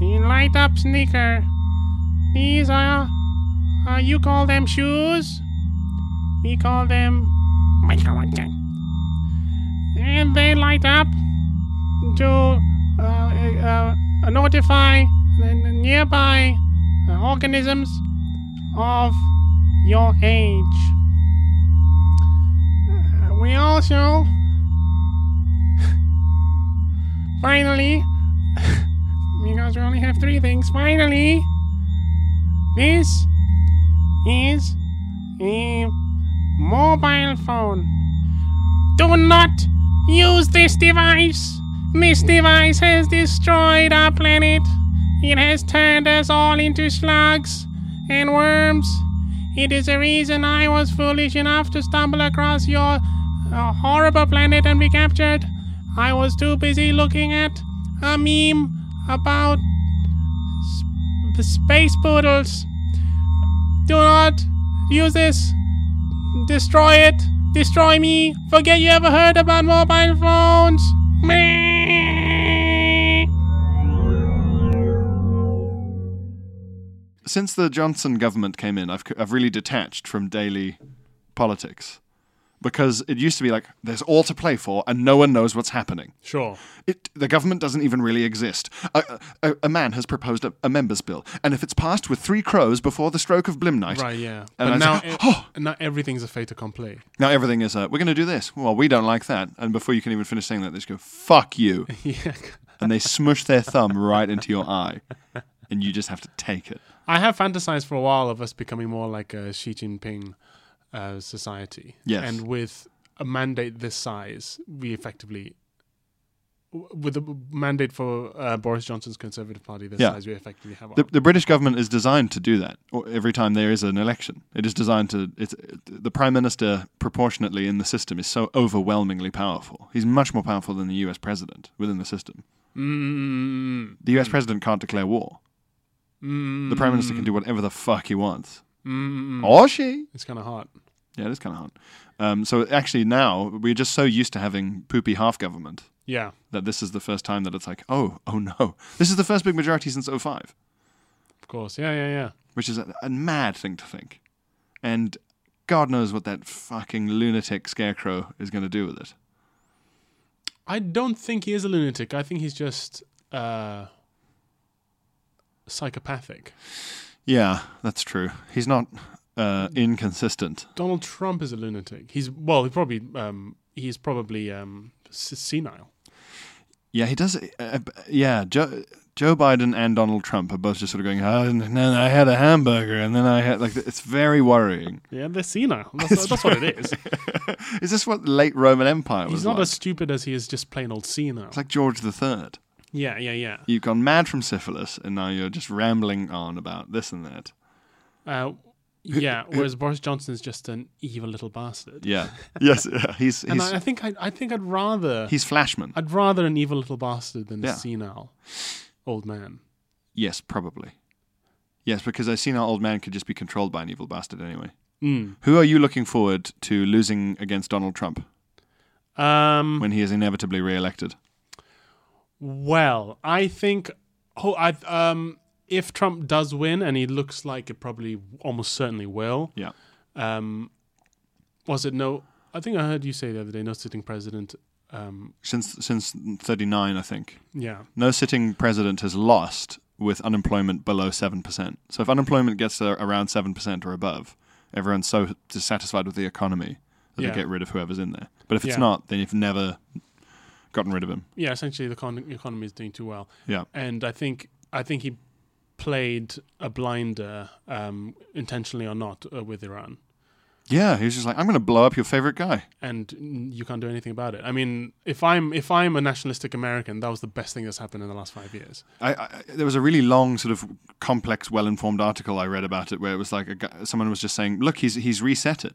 the light up sneaker. These are, uh, you call them shoes, we call them. And they light up to uh, uh, uh, notify the the nearby uh, organisms of your age. Uh, we also, finally, because we only have three things, finally, this is a mobile phone. Do not use this device. This device has destroyed our planet. It has turned us all into slugs and worms. It is the reason I was foolish enough to stumble across your uh, horrible planet and be captured. I was too busy looking at a meme about sp- the space poodles. Do not use this destroy it, destroy me, forget you ever heard about mobile phones. Meh. Since the Johnson government came in, I've, c- I've really detached from daily politics because it used to be like there's all to play for and no one knows what's happening. Sure. It, the government doesn't even really exist. A, a, a man has proposed a, a member's bill, and if it's passed with three crows before the stroke of Blim Night, Right, yeah. And I but now, say, e- "Oh." now everything's a fait accompli. now everything is uh, we're going to do this. Well, we don't like that. And before you can even finish saying that, they just go fuck you, yeah. and they smush their thumb right into your eye, and you just have to take it. I have fantasized for a while of us becoming more like a Xi Jinping uh, society. Yes. And with a mandate this size, we effectively, w- with a mandate for uh, Boris Johnson's Conservative Party this Yeah. size, we effectively have. The, our- the British government is designed to do that or every time there is an election. It is designed to. It's, the prime minister, proportionately in the system, is so overwhelmingly powerful. He's much more powerful than the U.S. president within the system. Mm, The U.S. president can't declare war. The prime minister can do whatever the fuck he wants, mm, or she. it's kind of hot. Yeah, it is kind of hard. Um, so actually, now we're just so used to having poopy half government Yeah. that this is the first time that it's like, oh, oh no, this is the first big majority since 05. Of course. Yeah, yeah, yeah. which is a, a mad thing to think. And God knows what that fucking lunatic scarecrow is going to do with it. I don't think he is a lunatic. I think he's just uh, psychopathic. Yeah, that's true. He's not uh, inconsistent. Donald Trump is a lunatic. He's well, he probably um, he's probably um, s- senile. Yeah, he does. Uh, yeah, Joe, Joe Biden and Donald Trump are both just sort of going, oh, and then I had a hamburger, and then I had like it's very worrying. Yeah, they're senile. That's, that's what it is. Is this what the late Roman Empire was He's not like? as stupid as he is just plain old senile. it's like George the Third. yeah, yeah, yeah. You've gone mad from syphilis, and now you're just rambling on about this and that. Uh, yeah. Whereas Boris Johnson is just an evil little bastard. Yeah. yes. Yeah. He's and he's I, I think I, I think I'd rather he's Flashman. I'd rather an evil little bastard than Yeah. a senile old man. Yes, probably. Yes, because I seen how old man could just be controlled by an evil bastard anyway. Mm. Who are you looking forward to losing against Donald Trump Um, when he is inevitably re-elected? well, I think oh, I um, if Trump does win, and he looks like it probably almost certainly will, Yeah. was it no? I think I heard you say the other day, no sitting president. Um, Since since 39, I think. yeah, No sitting president has lost with unemployment below 7%. So if unemployment gets uh, around 7% or above, everyone's so dissatisfied with the economy that Yeah. they get rid of whoever's in there. But if it's Yeah. not, then you've never gotten rid of him. yeah. Essentially, the con- economy is doing too well. Yeah. and I think I think he played a blinder um, intentionally or not uh, with Iran, Yeah, he was just like, I'm going to blow up your favorite guy. and mm, you can't do anything about it. I mean, if I'm if I'm a nationalistic American, that was the best thing that's happened in the last five years. I, I, there was a really long, sort of complex, well-informed article I read about it, where it was like a guy, someone was just saying, "Look, he's he's reset it."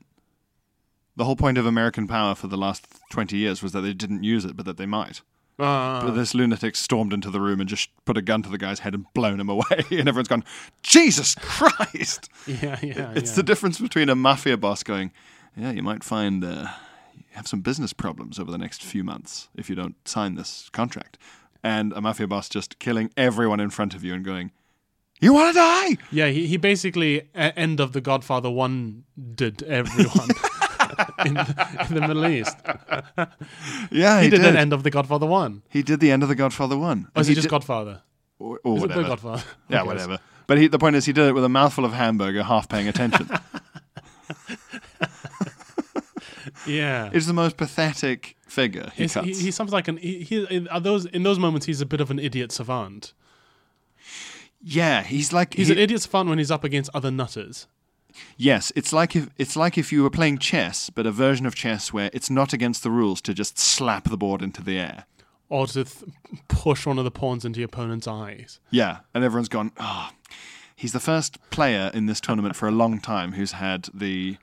The whole point of American power for the last twenty years was that they didn't use it, but that they might. Uh, But this lunatic stormed into the room and just put a gun to the guy's head and blown him away, and everyone's gone, "Jesus Christ!" yeah, yeah, It's Oh, yeah. the difference between a mafia boss going, "Yeah, you might find uh, you have some business problems over the next few months if you don't sign this contract," and a mafia boss just killing everyone in front of you and going, "You want to die?" yeah. He, he basically a- end of the Godfather one did everyone. In the, in the Middle East, Yeah, he, he did, did. an end of the Godfather one. he did the end of the Godfather one. Or is And he, just did- Godfather? or, or Is it whatever. the Godfather? Who Yeah, cares? whatever. But he, the point is, he did it with a mouthful of hamburger, half paying attention. Yeah, it's the most pathetic figure he Is- cuts. he, he sounds like an he, he in, are those in those moments he's a bit of an idiot savant. yeah, he's like He's he- an idiot savant when he's up against other nutters. Yes, it's like if it's like if you were playing chess, but a version of chess where it's not against the rules to just slap the board into the air. or to th- push one of the pawns into your opponent's eyes. Yeah, and everyone's gone. Ah, he's the first player in this tournament for a long time who's had the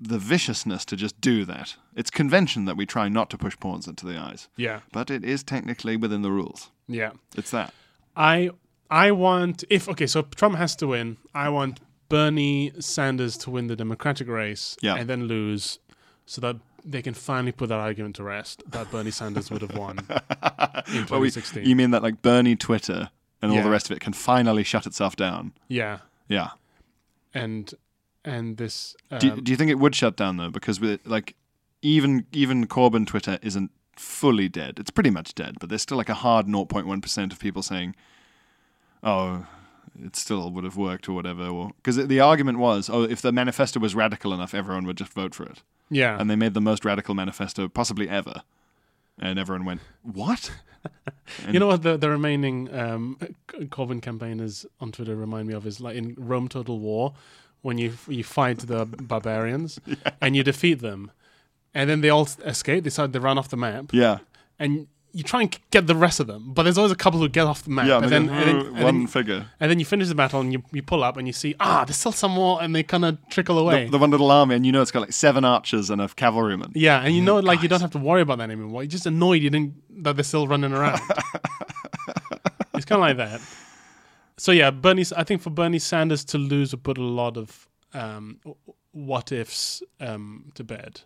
the viciousness to just do that. It's convention that we try not to push pawns into the eyes, Yeah, but it is technically within the rules. yeah. It's that. I I want if okay, so Trump has to win. I want Bernie Sanders to win the Democratic race Yeah. and then lose, so that they can finally put that argument to rest that Bernie Sanders would have won in But we- 2016. you mean that like Bernie Twitter and all Yeah. the rest of it can finally shut itself down? yeah, Yeah. and and this um, Do, do you think it would shut down though? Because with like even even Corbyn Twitter isn't fully dead. It's pretty much dead, but there's still like a hard 0.1 percent of people saying, "Oh, it still would have worked" or whatever. Or because the argument was, "Oh, if the manifesto was radical enough, everyone would just vote for it." yeah And they made the most radical manifesto possibly ever, and everyone went, "What?" You know what the, the remaining um, C- Corbyn campaigners on Twitter remind me of is like in Rome Total War when you you fight the barbarians and you defeat them, and then they all s- escape. They start they run off the map, Yeah. and you try and k- get the rest of them, but there's always a couple who get off the map. Yeah, and, and then, they and, then, go, and, "Oh, one then, figure. and then you finish the battle and you, you pull up and you see ah there's still some more and they kind of trickle away. The, the one little army, and you know it's got like seven archers and a cavalryman. yeah, and you Mm-hmm. know, like you don't have to worry about that anymore. You're just annoyed you didn't that they're still running around. it's kind of like that. So yeah, Bernie. I think for Bernie Sanders to lose would put a lot of um, what ifs um, to bed.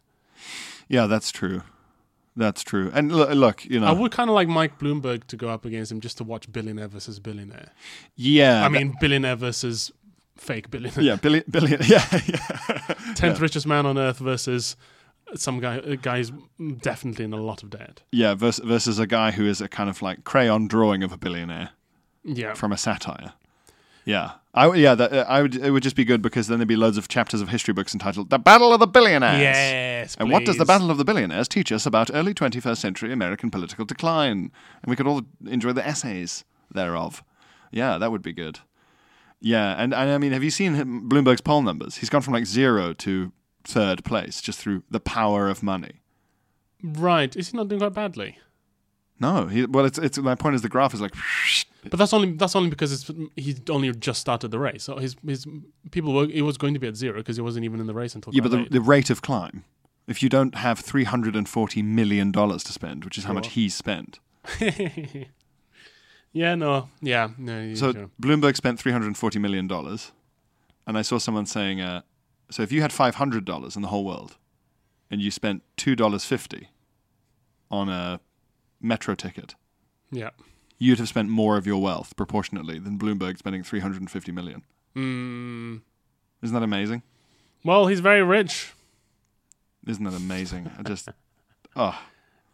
Yeah, that's true. That's true. And look, look you know, I would kind of like Mike Bloomberg to go up against him just to watch billionaire versus billionaire. yeah, I mean, billionaire versus fake billionaire. yeah, billion, billion, yeah, yeah. Tenth richest man on earth versus some guy. A guy's definitely in a lot of debt. yeah versus, versus a guy who is a kind of like crayon drawing of a billionaire Yeah. from a satire. Yeah, I w- yeah, that, uh, I would. It would just be good because then there'd be loads of chapters of history books entitled "The Battle of the Billionaires." Yes, And what does the please. Battle of the Billionaires teach us about early 21st century American political decline? And we could all enjoy the essays thereof. Yeah, that would be good. Yeah, and, and I mean, have you seen him, Bloomberg's poll numbers? He's gone from like zero to third place just through the power of money. Right. Is he not doing quite badly? No, he, well, it's, it's my point is the graph is like, But that's only that's only because it's he only just started the race. So his his people were it was going to be at zero because he wasn't even in the race until yeah, quite but the, late. the rate of climb. If you don't have three hundred and forty million dollars to spend, which is how much he spent, Yeah, no, yeah, no. you- So sure. Bloomberg spent three hundred and forty million dollars, and I saw someone saying, uh, "So if you had five hundred dollars in the whole world, and you spent two dollars fifty on a metro ticket, yeah, you'd have spent more of your wealth proportionately than Bloomberg spending three hundred and fifty million. mm, Isn't that amazing? well, he's very rich. Isn't that amazing? I just, oh,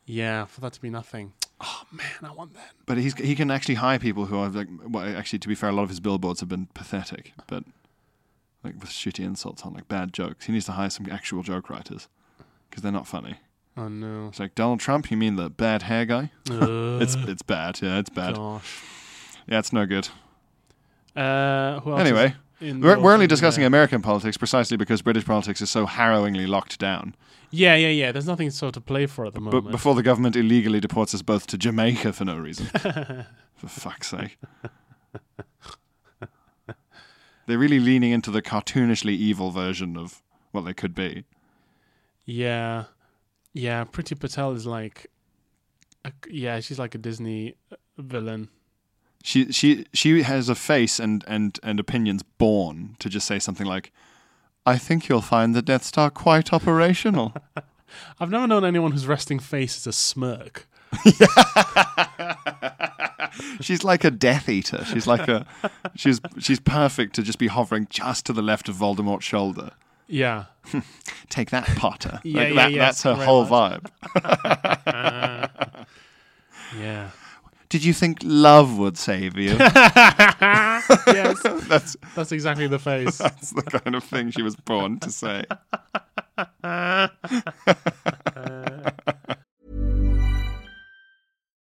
Yeah, for that to be nothing. Oh man, I want that. but he's he can actually hire people who are like. Well, actually, to be fair, a lot of his billboards have been pathetic, but like with shitty insults on, like bad jokes. He needs to hire some actual joke writers because they're not funny. Oh no. It's like Donald Trump. You mean the bad hair guy? Uh, It's it's bad. Yeah, it's bad. gosh. Yeah, it's no good. Uh, who else is Anyway, in we're, we're only Washington discussing there? American politics precisely because British politics is so harrowingly locked down. Yeah, yeah, yeah. There's nothing sort of play for at the moment. But before the government illegally deports us both to Jamaica for no reason. for fuck's sake. They're really leaning into the cartoonishly evil version of what they could be. Yeah, yeah. Pretty Patel is like, a, yeah, she's like a Disney uh, villain. she she she has a face and and and opinions born to just say something like I think you'll find the Death Star quite operational. I've never known anyone whose resting face is a smirk. she's like a Death Eater. She's like a she's she's perfect to just be hovering just to the left of Voldemort's shoulder. Yeah, Take that, Potter. Yeah, Like, yeah, that- yeah, That's her very whole vibe. yeah, Did you think love would save you? yes. that's That's exactly the face. that's the kind of thing she was born to say.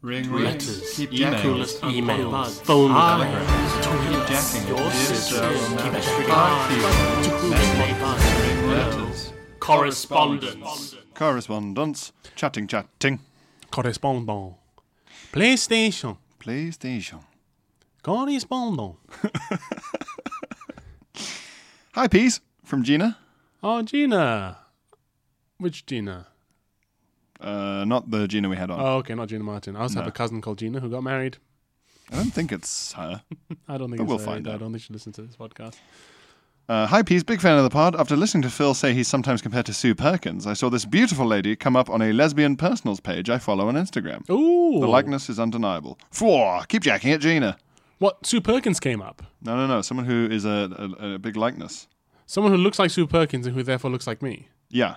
Ring Letters, keep emails, emails, phone calls, tweets, your sister, letters. correspondence. Correspondence, chatting, chatting, Correspondent. PlayStation. PlayStation. Correspondent. Hi, peas from Gina. Oh, Gina. Which Gina? Uh, not the Gina we had on. Oh, okay, not Gina Martin. I also have a cousin called Gina who got married. I don't think it's her. I don't think But it's we'll her find either. I out. don't think she listens to this podcast. Uh, hi, Peas. Big fan of the pod. After listening to Phil say he's sometimes compared to Sue Perkins, I saw this beautiful lady come up on a lesbian personals page I follow on Instagram. Ooh. The likeness is undeniable. Four. Keep jacking it, Gina. What? Sue Perkins came up. No, no, no. Someone who is a, a, a big likeness. Someone who looks like Sue Perkins and who therefore looks like me. Yeah,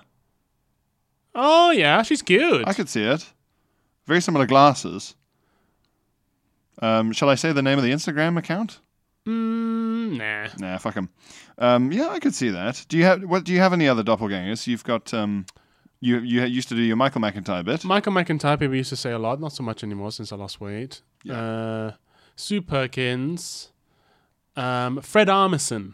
Oh, yeah, she's cute. I could see it. Very similar glasses. Um, shall I say the name of the Instagram account? Mm, nah. Nah, fuck 'em. Um, yeah, I could see that. Do you have what? Do you have any other doppelgangers? You've got um, you you used to do your Michael McIntyre bit. Michael McIntyre people used to say a lot, not so much anymore since I lost weight. Uh, Sue Perkins, um, Fred Armisen.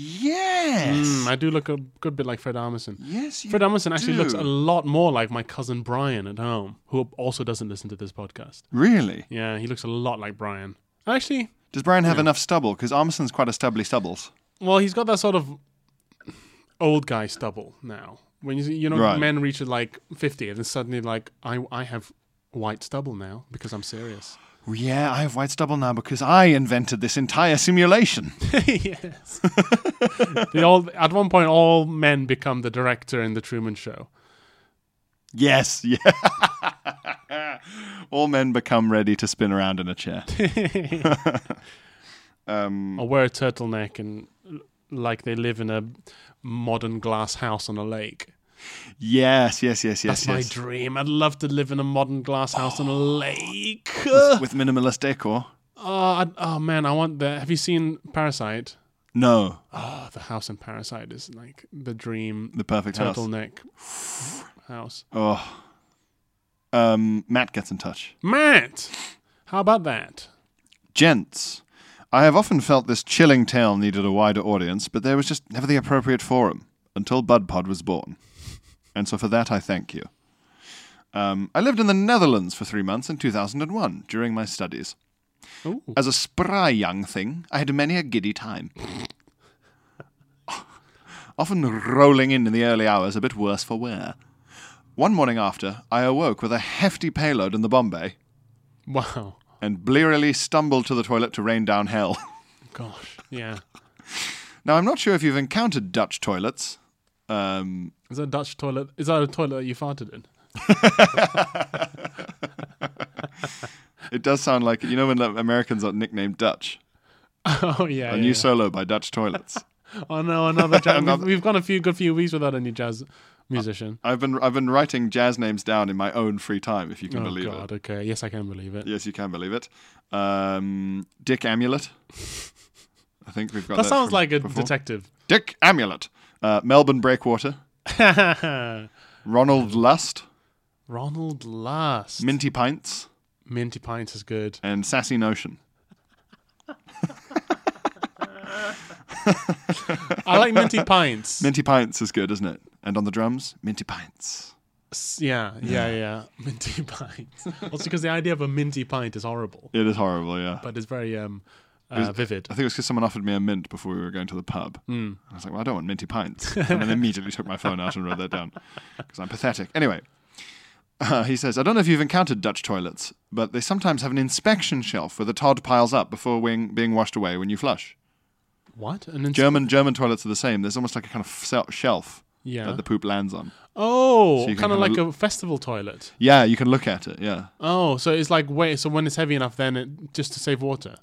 Yes. Mm, I do look a good bit like Fred Armisen. Yes, you Fred Armisen actually looks do. a lot more like my cousin Brian at home, who also doesn't listen to this podcast. really? Yeah, he looks a lot like Brian. Actually, Does Brian have enough stubble? Because Armison's quite a stubbly stubbles. well, he's got that sort of old guy stubble now. When you see, you know Right. men reach like 50 and then suddenly like I I have white stubble now because I'm serious. Yeah, I have white stubble now because I invented this entire simulation. yes. they all at one point all men become the director in the Truman Show. yes, yeah. All men become ready to spin around in a chair. Hmm. Or wear a turtleneck and l- like they live in a modern glass house on a lake. Yes, yes, yes, yes, yes. That's my dream. I'd love to live in a modern glass house on a lake. With minimalist decor. Oh, I'd- oh man, I want the. Have you seen Parasite? No, Oh, the house in Parasite is like the dream the perfect house. turtleneck house. Oh. Um, Matt gets in touch. Matt, how about that? Gents, I have often felt this chilling tale needed a wider audience, but there was just never the appropriate forum until BudPod was born. And so for that, I thank you. Um, I lived in the Netherlands for three months in 2001 during my studies. Ooh. As a spry young thing, I had many a giddy time. Often rolling in in the early hours, a bit worse for wear. One morning after, I awoke with a hefty payload in the Bombay Wow, and blearily stumbled to the toilet to rain down hell. gosh, yeah. now, I'm not sure if you've encountered Dutch toilets. Um, Is that a Dutch toilet? Is that a toilet that you farted in? it does sound like, you know, when the Americans are nicknamed Dutch, Oh yeah. a yeah, new yeah. solo by Dutch toilets. oh no, another jazz. Another- We've, we've gone a few good few weeks without any jazz musician. I've been I've been writing jazz names down in my own free time, if you can oh believe God, it. okay. Yes, I can believe it. Yes, you can believe it. Um, Dick Amulet. I think we've got that. that sounds from like a before. detective. Dick Amulet. Uh, Melbourne Breakwater. Mm. Ronald Lust. Ronald Last. Minty Pints. Minty Pints is good. And Sassy Notion. I like Minty Pints. Minty Pints is good, isn't it? And on the drums, Minty Pints. S- yeah, yeah, yeah. Minty Pints. also, because the idea of a minty pint is horrible, It is horrible, yeah. but it's very um, uh, vivid. I think it was because someone offered me a mint before we were going to the pub. Mm. I was like, well, I don't want minty pints. And then immediately took my phone out and wrote that down because I'm pathetic. Anyway, uh, he says, I don't know if you've encountered Dutch toilets, but they sometimes have an inspection shelf where the Todd piles up before wing- being washed away when you flush. What? An ins- German German toilets are the same. There's almost like a kind of se- shelf Yeah. that the poop lands on. oh, So you can kind of kinda like l- a festival toilet. Yeah, you can look at it. Yeah. Oh, so it's like wait, so when it's heavy enough, then it just to save water.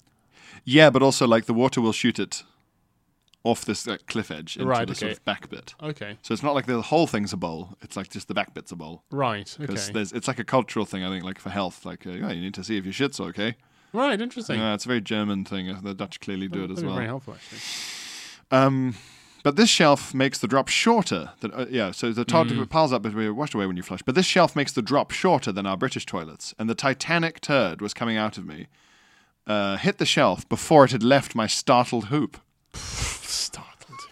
Yeah, but also like the water will shoot it off this uh, cliff edge into Right, the sort okay. of back bit. Okay, So it's not like the whole thing's a bowl. It's like just the back bit's a bowl. right. Okay, Because there's it's like a cultural thing, I think, like for health. Like, uh, yeah, you need to see if your shit's okay. right. Interesting. Yeah, it's a very German thing. uh, The Dutch clearly do it That'd as be Very well. helpful, actually. Um, but this shelf makes the drop shorter. Than, uh, yeah, so the Todd Mm. piles up, but we're washed away when you flush. But this shelf makes the drop shorter than our British toilets. And the Titanic turd was coming out of me, uh, hit the shelf before it had left my startled hoop. Startled.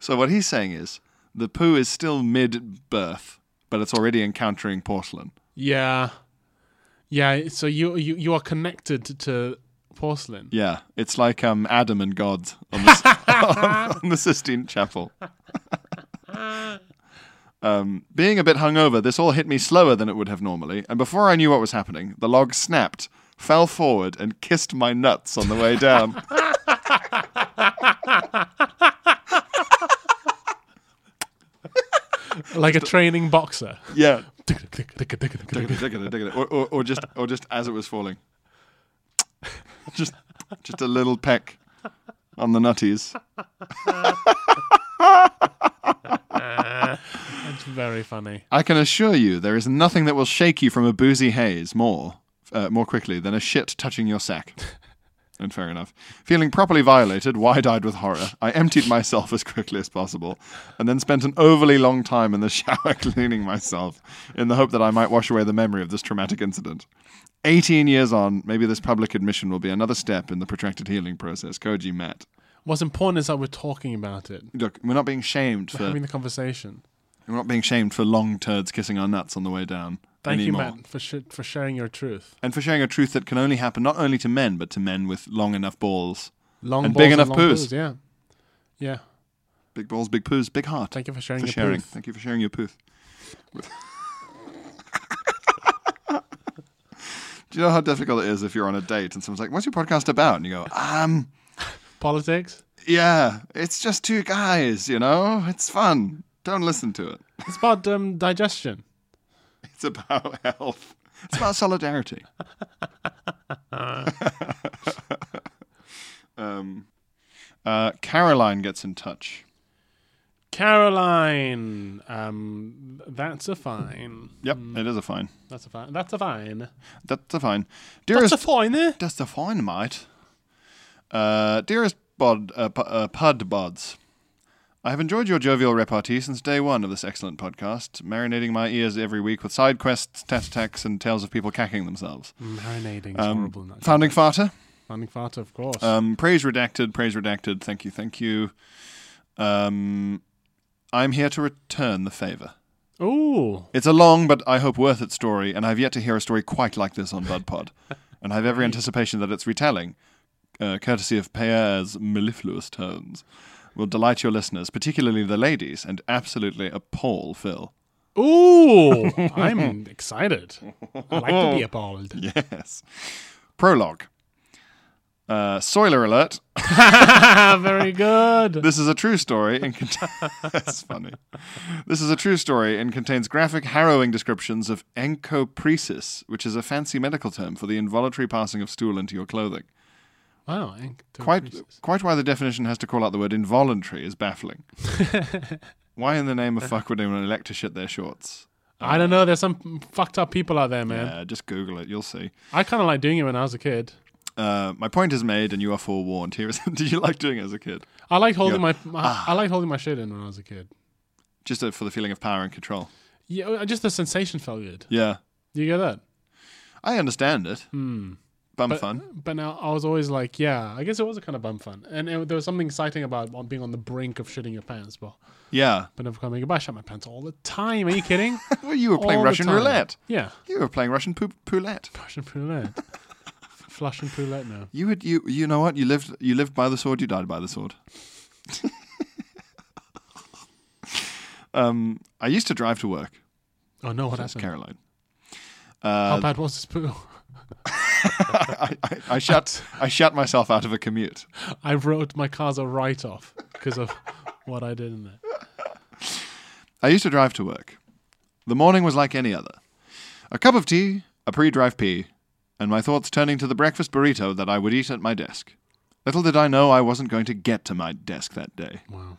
So what he's saying is the poo is still mid birth, but it's already encountering porcelain. Yeah, yeah. So you you you are connected to porcelain. Yeah, it's like um, Adam and God on the, on the Sistine Chapel. um, being a bit hungover, this all hit me slower than it would have normally, and before I knew what was happening, the log snapped, fell forward, and kissed my nuts on the way down. Like a training boxer. yeah. or, or, or just or just as it was falling. Just just a little peck on the nutties. That's very funny. I can assure you there is nothing that will shake you from a boozy haze more uh, more quickly than a shit touching your sack. And fair enough. Feeling properly violated, wide eyed with horror, I emptied myself as quickly as possible and then spent an overly long time in the shower cleaning myself in the hope that I might wash away the memory of this traumatic incident. 18 years on, maybe this public admission will be another step in the protracted healing process. Koji Matt. What's important is that we're talking about it. Look, we're not being shamed We're for having the conversation. we're not being shamed for long turds kissing our nuts on the way down. Thank anymore. you, Matt, for sh- for sharing your truth. and for sharing a truth that can only happen not only to men but to men with long enough balls, Long And balls big enough long poos. Yeah, yeah. big balls, big poos, big heart. Thank you for sharing for your sharing. truth. Thank you for sharing your pooth. Do you know how difficult it is if you're on a date and someone's like, "What's your podcast about?" and you go, "Um, Politics. yeah, it's just two guys, you know. It's fun. Don't listen to it. It's about um, digestion. It's about health. It's about solidarity." um, uh, Caroline gets in touch. Caroline, um, that's a fine. Yep, it is a fine. That's a fine. That's a fine. That's a fine. That's Dearest, a fine. Eh? that's a fine, mate. Uh, dearest bod, uh, pu- uh, Pud Bods, I have enjoyed your jovial repartee since day one of this excellent podcast, marinating my ears every week with side quests, tat attacks, and tales of people cacking themselves. Marinating is Um, horrible. Not Founding Farter, Founding Fata, of course. um, praise redacted, praise redacted, thank you, thank you. Um, I'm here to return the favour. Ooh, It's a long but I hope worth it story, and I've yet to hear a story quite like this on BudPod, and I have every anticipation that its retelling, uh, courtesy of Pear's mellifluous tones, will delight your listeners, particularly the ladies, and absolutely appall Phil. ooh! I'm excited. I like to be appalled. Yes. Prologue. Uh, soiler alert. Ah, Very good. This is a true story and cont- that's funny. This is a true story and contains graphic, harrowing descriptions of encopresis, which is a fancy medical term for the involuntary passing of stool into your clothing. Wow, inc- to Quite, increases. quite why the definition has to call out the word involuntary is baffling. why in the name of fuck would anyone elect to shit their shorts? I don't know. There's some fucked up people out there, man. Yeah, just Google it. You'll see. I kind of like doing it when I was a kid. Uh, my point is made, and you are forewarned. Here is. Did you like doing it as a kid? I liked holding Yeah. Ah. my, my I liked holding my shit in when I was a kid. Just uh, for the feeling of power and control. Yeah, uh, just the sensation felt good. Yeah, Do you get that? I understand it. Bum But, fun. but now I was always like, yeah, I guess it was a kind of bum fun, and it, there was something exciting about on being on the brink of shitting your pants, but Yeah. but never coming. I shit my pants all the time. Are you kidding? Well, you were playing All the Russian time. roulette. Yeah, You were playing Russian pou- roulette. flush and roulette. flush and roulette now. You would. You. You know what? You lived. You lived by the sword. You died by the sword. um, I used to drive to work. Oh no, what That's happened? Caroline. Uh, How bad was this poo? I, I, I shut I shut myself out of a commute. I wrote my car's a write off because of what I did in there. I used to drive to work. The morning was like any other. A cup of tea, a pre-drive pee, and my thoughts turning to the breakfast burrito that I would eat at my desk. Little did I know I wasn't going to get to my desk that day. Wow.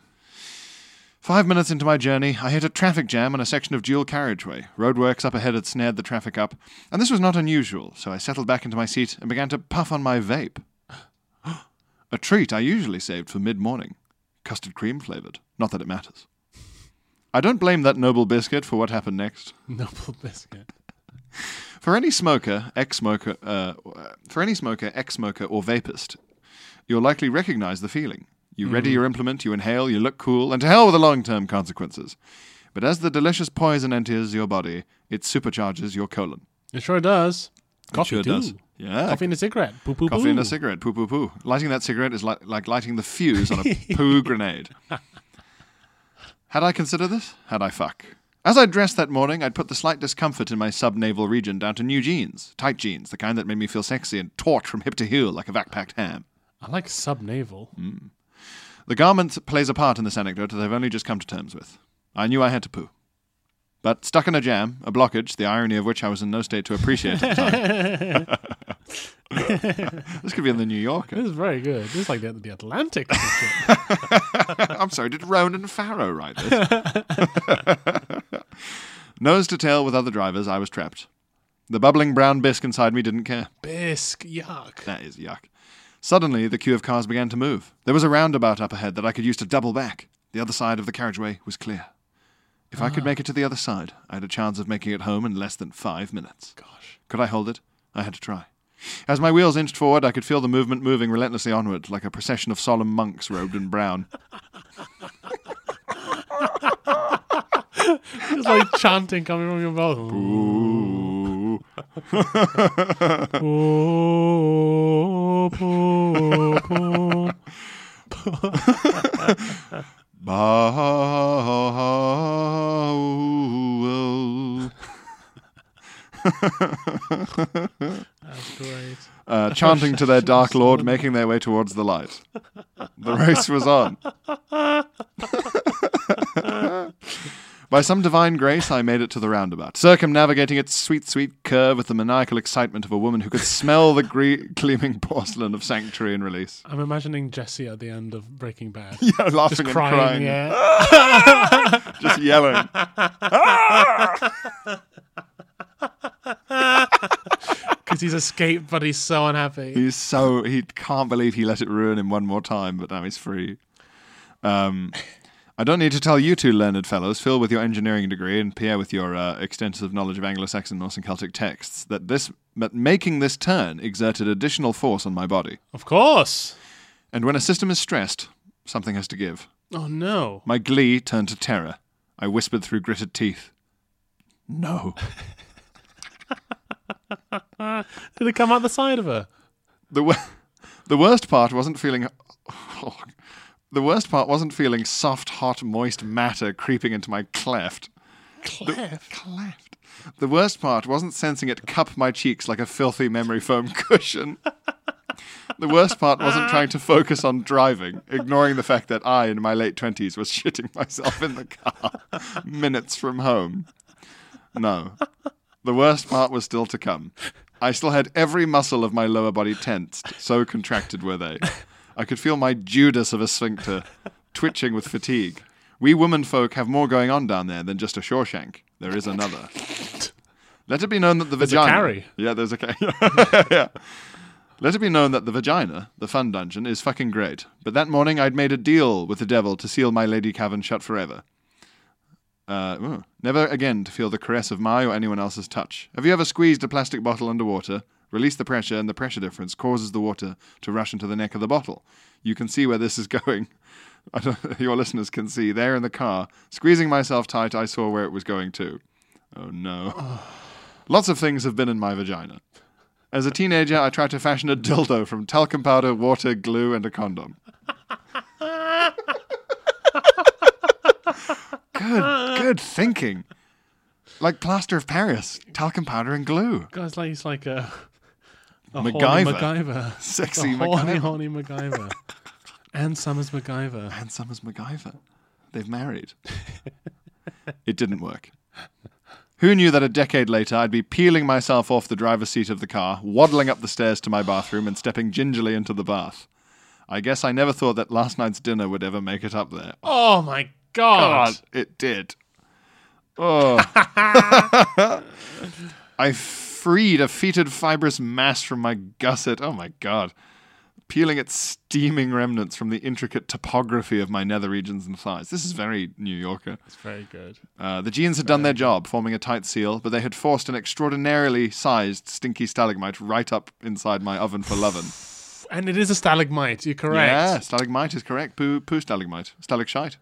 Five minutes into my journey, I hit a traffic jam on a section of dual carriageway. Roadworks up ahead had snared the traffic up, and this was not unusual, so I settled back into my seat and began to puff on my vape. a treat I usually saved for mid morning custard cream flavoured. Not that it matters. I don't blame that noble biscuit for what happened next. Noble biscuit. For any smoker, ex-smoker, uh, for any smoker, ex-smoker, or vapist, you'll likely recognize the feeling. You Mm-hmm. ready your implement, you inhale, you look cool, and to hell with the long-term consequences. But as the delicious poison enters your body, it supercharges your colon. It sure does. It Coffee sure too. does. Yeah. Coffee and a cigarette. Poo poo Coffee poo. and a cigarette. Poo poo poo. Lighting that cigarette is like, like lighting the fuse on a poo grenade. Had I considered this? Had I fuck? As I dressed that morning, I'd put the slight discomfort in my subnaval region down to new jeans, tight jeans, the kind that made me feel sexy and taut from hip to heel like a vac-packed ham. I like subnaval. Mm. The garment plays a part in this anecdote that I've only just come to terms with. I knew I had to poo. But stuck in a jam, a blockage, the irony of which I was in no state to appreciate at the time. this could be in the New Yorker. This is very good. This is like the, the Atlantic. I'm sorry, did Ronan Farrow write this? Nose to tail with other drivers, I was trapped. The bubbling brown bisque inside me didn't care. Bisque. Yuck. That is yuck. Suddenly, the queue of cars began to move. There was a roundabout up ahead that I could use to double back. The other side of the carriageway was clear. If I could make it to the other side, I had a chance of making it home in less than five minutes. Gosh. Could I hold it? I had to try. As my wheels inched forward, I could feel the movement moving relentlessly onward, like a procession of solemn monks robed in brown. It's like chanting coming from your mouth. Ooh. Oh, po, po. Baal. Great. uh, chanting to their Dark Lord, making their way towards the light. The race was on. By some divine grace, I made it to the roundabout, circumnavigating its sweet, sweet curve with the maniacal excitement of a woman who could smell the gre- gleaming porcelain of sanctuary and release. I'm imagining Jesse at the end of Breaking Bad. Yeah, laughing and crying, crying, yeah. just yelling. Because he's escaped, but he's so unhappy. He's so he can't believe he let it ruin him one more time, but now he's free. Um, I don't need to tell you two learned fellows, Phil with your engineering degree and Pierre with your uh, extensive knowledge of Anglo-Saxon, Norse, and Celtic texts, that this that making this turn exerted additional force on my body. Of course. And when a system is stressed, something has to give. Oh, no. My glee turned to terror. I whispered through gritted teeth, "No." Did it come out the side of her? The w- the worst part wasn't feeling. the worst part wasn't feeling soft, hot, moist matter creeping into my cleft. Cleft. cleft. The worst part wasn't sensing it cup my cheeks like a filthy memory foam cushion. The worst part wasn't trying to focus on driving, ignoring the fact that I, in my late 20s, was shitting myself in the car minutes from home. No. The worst part was still to come. I still had every muscle of my lower body tensed, so contracted were they. I could feel my Judas of a sphincter twitching with fatigue. We women folk have more going on down there than just a Shawshank. There is another. Let it be known that the a vagina. carry. Yeah, there's a carry. yeah. Let it be known that the vagina, the fun dungeon, is fucking great. But that morning I'd made a deal with the devil to seal my lady cavern shut forever. Uh, ooh. never again to feel the caress of my or anyone else's touch. Have you ever squeezed a plastic bottle underwater? Release the pressure, and the pressure difference causes the water to rush into the neck of the bottle. You can see where this is going. I don't, your listeners can see there in the car, squeezing myself tight. I saw where it was going to. Oh no! Lots of things have been in my vagina. As a teenager, I tried to fashion a dildo from talcum powder, water, glue, and a condom. good, good thinking. Like plaster of Paris, talcum powder, and glue. Guys, like he's like a, a MacGyver. horny MacGyver, Sexy a horny, MacGyver. horny MacGyver, and Summers MacGyver. And Summers MacGyver. They've married. it didn't work. Who knew that a decade later I'd be peeling myself off the driver's seat of the car, waddling up the stairs to my bathroom, and stepping gingerly into the bath? I guess I never thought that last night's dinner would ever make it up there. Oh my god! God, it did. Oh. I freed a fetid fibrous mass from my gusset. Oh my god. Peeling its steaming remnants from the intricate topography of my nether regions and thighs. This is very New Yorker. It's very good. Uh, the genes had done their job, forming a tight seal, but they had forced an extraordinarily sized stinky stalagmite right up inside my oven for lovin'. And it is a stalagmite. You're correct. Yeah, stalagmite is correct. Poo, poo stalagmite. Stalagshite.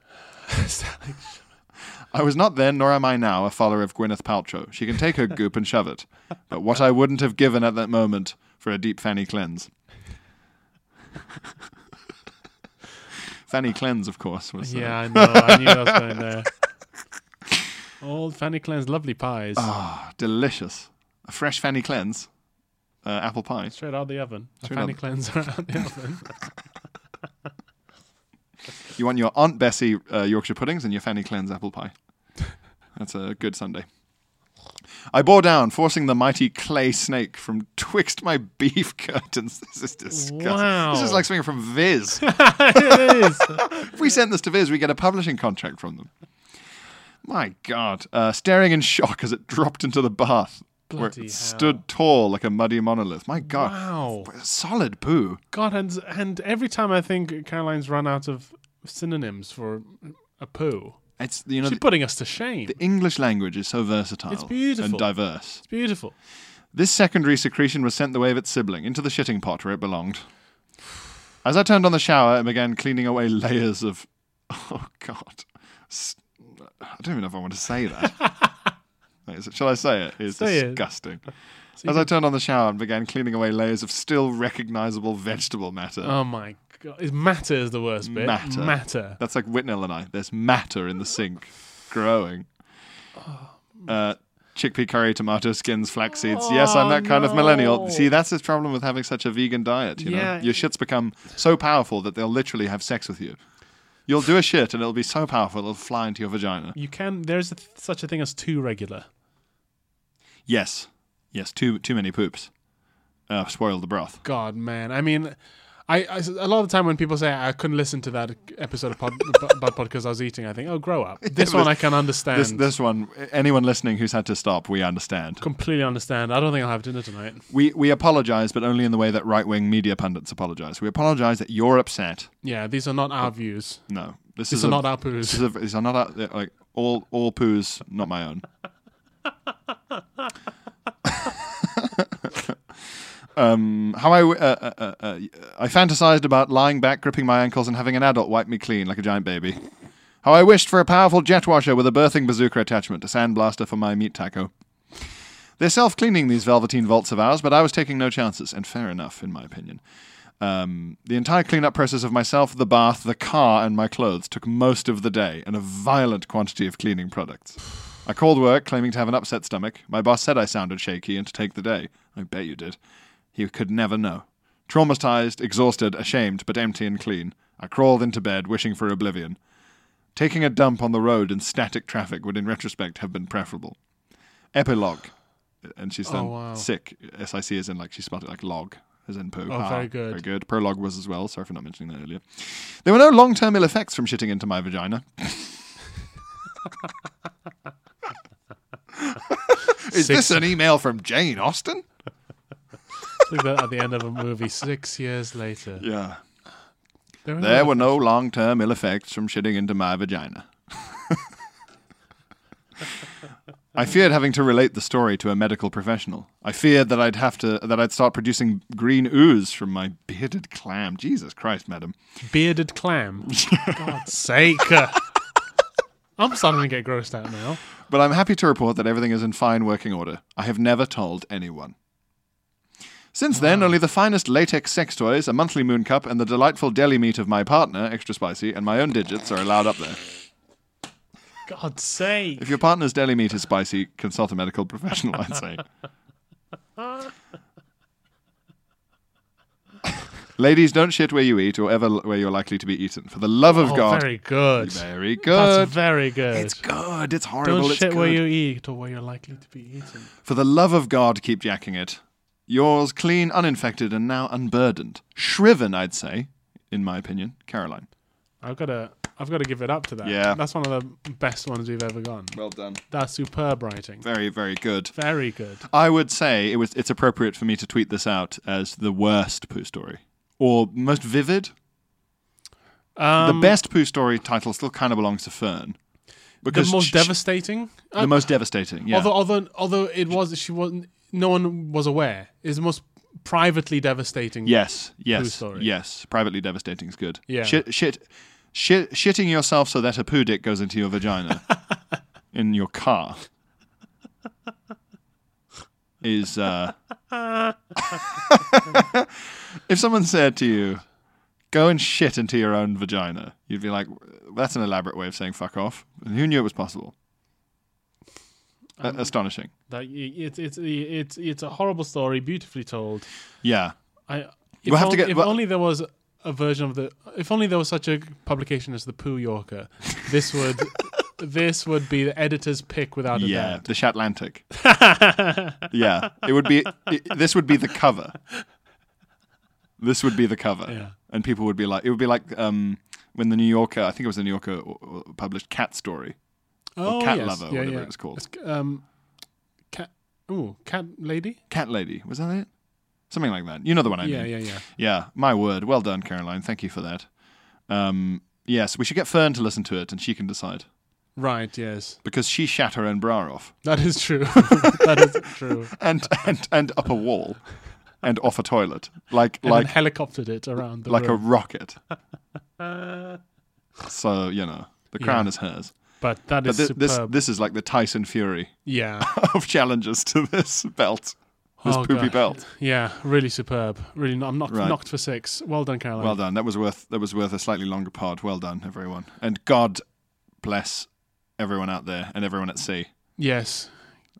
I was not then, nor am I now, a follower of Gwyneth Paltrow. She can take her goop and shove it. But what I wouldn't have given at that moment for a deep fanny cleanse. fanny cleanse, of course, was uh, Yeah, I know. I knew that was going there. Old Fanny Clan's lovely pies, Ah. delicious. A fresh fanny cleanse, uh, apple pie. straight out the oven. A Straight Fanny out- Clan's are out the oven. You want your Aunt Bessie uh, Yorkshire puddings and your Fanny Cleanse apple pie. That's a good Sunday. I bore down, forcing the mighty clay snake from twixt my beef curtains. This is disgusting. This is Wow. like something from Viz. it is. if we send this to Viz, we get a publishing contract from them. My God. Uh, staring in shock as it dropped into the bath. where it Bloody hell. stood tall like a muddy monolith. My God, Wow. solid poo. God, and and every time I think Caroline's run out of synonyms for a poo, It's you know she's the, putting us to shame. the English language is so versatile It's beautiful. and diverse. it's beautiful. This secondary secretion was sent the way of its sibling into the shitting pot where it belonged. As I turned on the shower and began cleaning away layers of, oh God, S- I don't even know if I want to say that. Wait, is it- Shall I say it? It's Say it. disgusting. As I turned on the shower and began cleaning away layers of still recognizable vegetable matter. Oh my god, Is- matter is the worst bit. Matter. matter. That's like Whitnell and I. There's matter in the sink, growing. Uh, chickpea curry, tomato skins, flax seeds. yes, I'm that kind of millennial. See, that's his problem with having such a vegan diet. You Yeah. know, your shits become so powerful that they'll literally have sex with you. You'll do a shit and it'll be so powerful it'll fly into your vagina. You can. There's a, th- such a thing as too regular. Yes, yes, too too many poops. Uh, spoil the broth. God, man. I mean, I, I a lot of the time when people say I couldn't listen to that episode of pod, bad podcast I was eating, I think, oh, grow up. This one I can understand. This this one, anyone listening who's had to stop, we understand. completely understand. I don't think I'll have dinner tonight. We we apologize, but only in the way that right wing media pundits apologize. We apologize that you're upset. Yeah, these are not our views. No, this These is are a- not our This poos. is a, these are not a, like all all poos, not my own. um, how I w- uh, uh, uh, uh, I fantasized about lying back, gripping my ankles, and having an adult wipe me clean like a giant baby. How I wished for a powerful jet washer with a birthing bazooka attachment, a sandblaster for my meat taco. They're self cleaning, these velveteen vaults of ours, but I was taking no chances, and fair enough, in my opinion. Um, the entire cleanup process of myself, the bath, the car, and my clothes took most of the day and a violent quantity of cleaning products. I called work, claiming to have an upset stomach. My boss said I sounded shaky and to take the day. I bet you did. He could never know. Traumatized, exhausted, ashamed, but empty and clean, I crawled into bed, wishing for oblivion. Taking a dump on the road in static traffic would, in retrospect, have been preferable. Epilogue. And she's done Oh, wow. sick. S I C as in like she spelled it like log, as in poo. Ah, Oh, very good. Very good. Prologue was as well. Sorry for not mentioning that earlier. There were no long term ill effects from shitting into my vagina. Is this an email from Jane Austen? Look at that at the end of a movie six years later. Yeah. There, are There no- were no long term ill effects from shitting into my vagina. I feared having to relate the story to a medical professional. I feared that I'd have to that I'd start producing green ooze from my bearded clam. Jesus Christ, madam. bearded clam. God's sake. I'm starting to get grossed out now. But I'm happy to report that everything is in fine working order. I have never told anyone. Since then, only the finest latex sex toys, a monthly moon cup, and the delightful deli meat of my partner, extra spicy, and my own digits are allowed up there. God's sake. If your partner's deli meat is spicy, consult a medical professional, I'd say. Ladies, don't shit where you eat or ever l- where you're likely to be eaten. For the love of Oh, God. very good. Very That's good. very good. it's good. It's horrible. Don't it's shit good. where you eat or where you're likely to be eaten. For the love of God, keep jacking it. Yours, clean, uninfected, and now unburdened. Shriven, I'd say, in my opinion, Caroline. I've got to, I've got to give it up to that. Yeah. that's one of the best ones we've ever gone. Well done. That's superb writing. Very, very good. Very good. I would say it was. It's appropriate for me to tweet this out as the worst poo story, or most vivid. the Um, best poo story title still kind of belongs to Fern, the because most sh- devastating. Uh, the most devastating. Yeah, Although, although, although it was, she wasn't. No one was aware. It's the most privately devastating. Yes, yes, story. yes. Privately devastating is good. Yeah. Shit, shit, shit, shitting yourself so that a poo dick goes into your vagina in your car is. Uh, if someone said to you, "Go and shit into your own vagina," you'd be like, "That's an elaborate way of saying fuck off." And who knew it was possible? A- Um, astonishing. That y- it's it's it's it's a horrible story, beautifully told. Yeah. I. If, We'll have to only, get- if well- only there was a version of the. If only there was such a publication as the Pooh Yorker, this would. This would be the editor's pick without a Yeah, doubt. the Shatlantic. yeah, it would be. It, this would be the cover. This would be the cover, Yeah. and people would be like, it would be like um, when the New Yorker, I think it was the New Yorker, or, or published Cat Story. Oh, cat yes. lover, whatever it's called. um, cat, Ooh, cat lady. Cat Lady. Was that it? Something like that. You know the one I yeah, mean. yeah, yeah. Yeah, my word. Well done, Caroline. Thank you for that. Um, yes, we should get Fern to listen to it and she can decide. Right. Yes, Because she shat her own bra off that is true. that is true. and, and, and up a wall and off a toilet. Like, And like, then helicoptered it around the like a room. rocket. so, you know, the crown is hers. But that But is this, this, superb. this is like the Tyson Fury yeah. of challenges to this belt, this Oh, poopy God. belt. Yeah, really superb. Really, no- I'm knocked, Right. knocked for six. Well done, Caroline. Well done. That was worth that was worth a slightly longer pod. Well done, everyone. And God bless everyone out there and everyone at sea. Yes,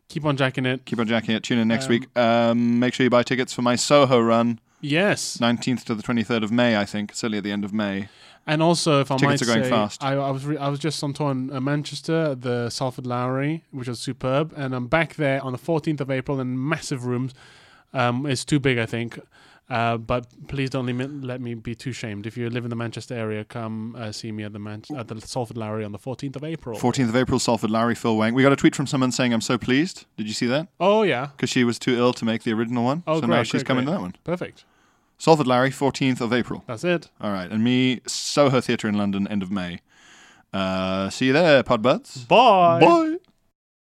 keep on jacking it. Keep on jacking it. Tune in next week. Um, make sure you buy tickets for my Soho run, Yes, 19th to the 23rd of May, I think. Certainly at the end of May. and also if I Tickets might are going say, fast. I, I was re- I was just on tour in uh, Manchester at the Salford Lowry, which was superb, and I'm back there on the 14th of April in massive rooms. Um, it's too big, I think. Uh, but please don't limit, let me be too shamed. If you live in the Manchester area, come uh, see me at the Man- at the Salford Lowry on the 14th of April. 14th of April, Salford Larry, Phil Wang. We got a tweet from someone saying, I'm so pleased. Did you see that? oh yeah. Because she was too ill to make the original one. Oh so great. now she's great, coming great. to that one. Perfect. Salford Larry, 14th of April. That's it. All right. And me, Soho Theatre in London, end of May. Uh, see you there, Podbuds. Bye. Bye.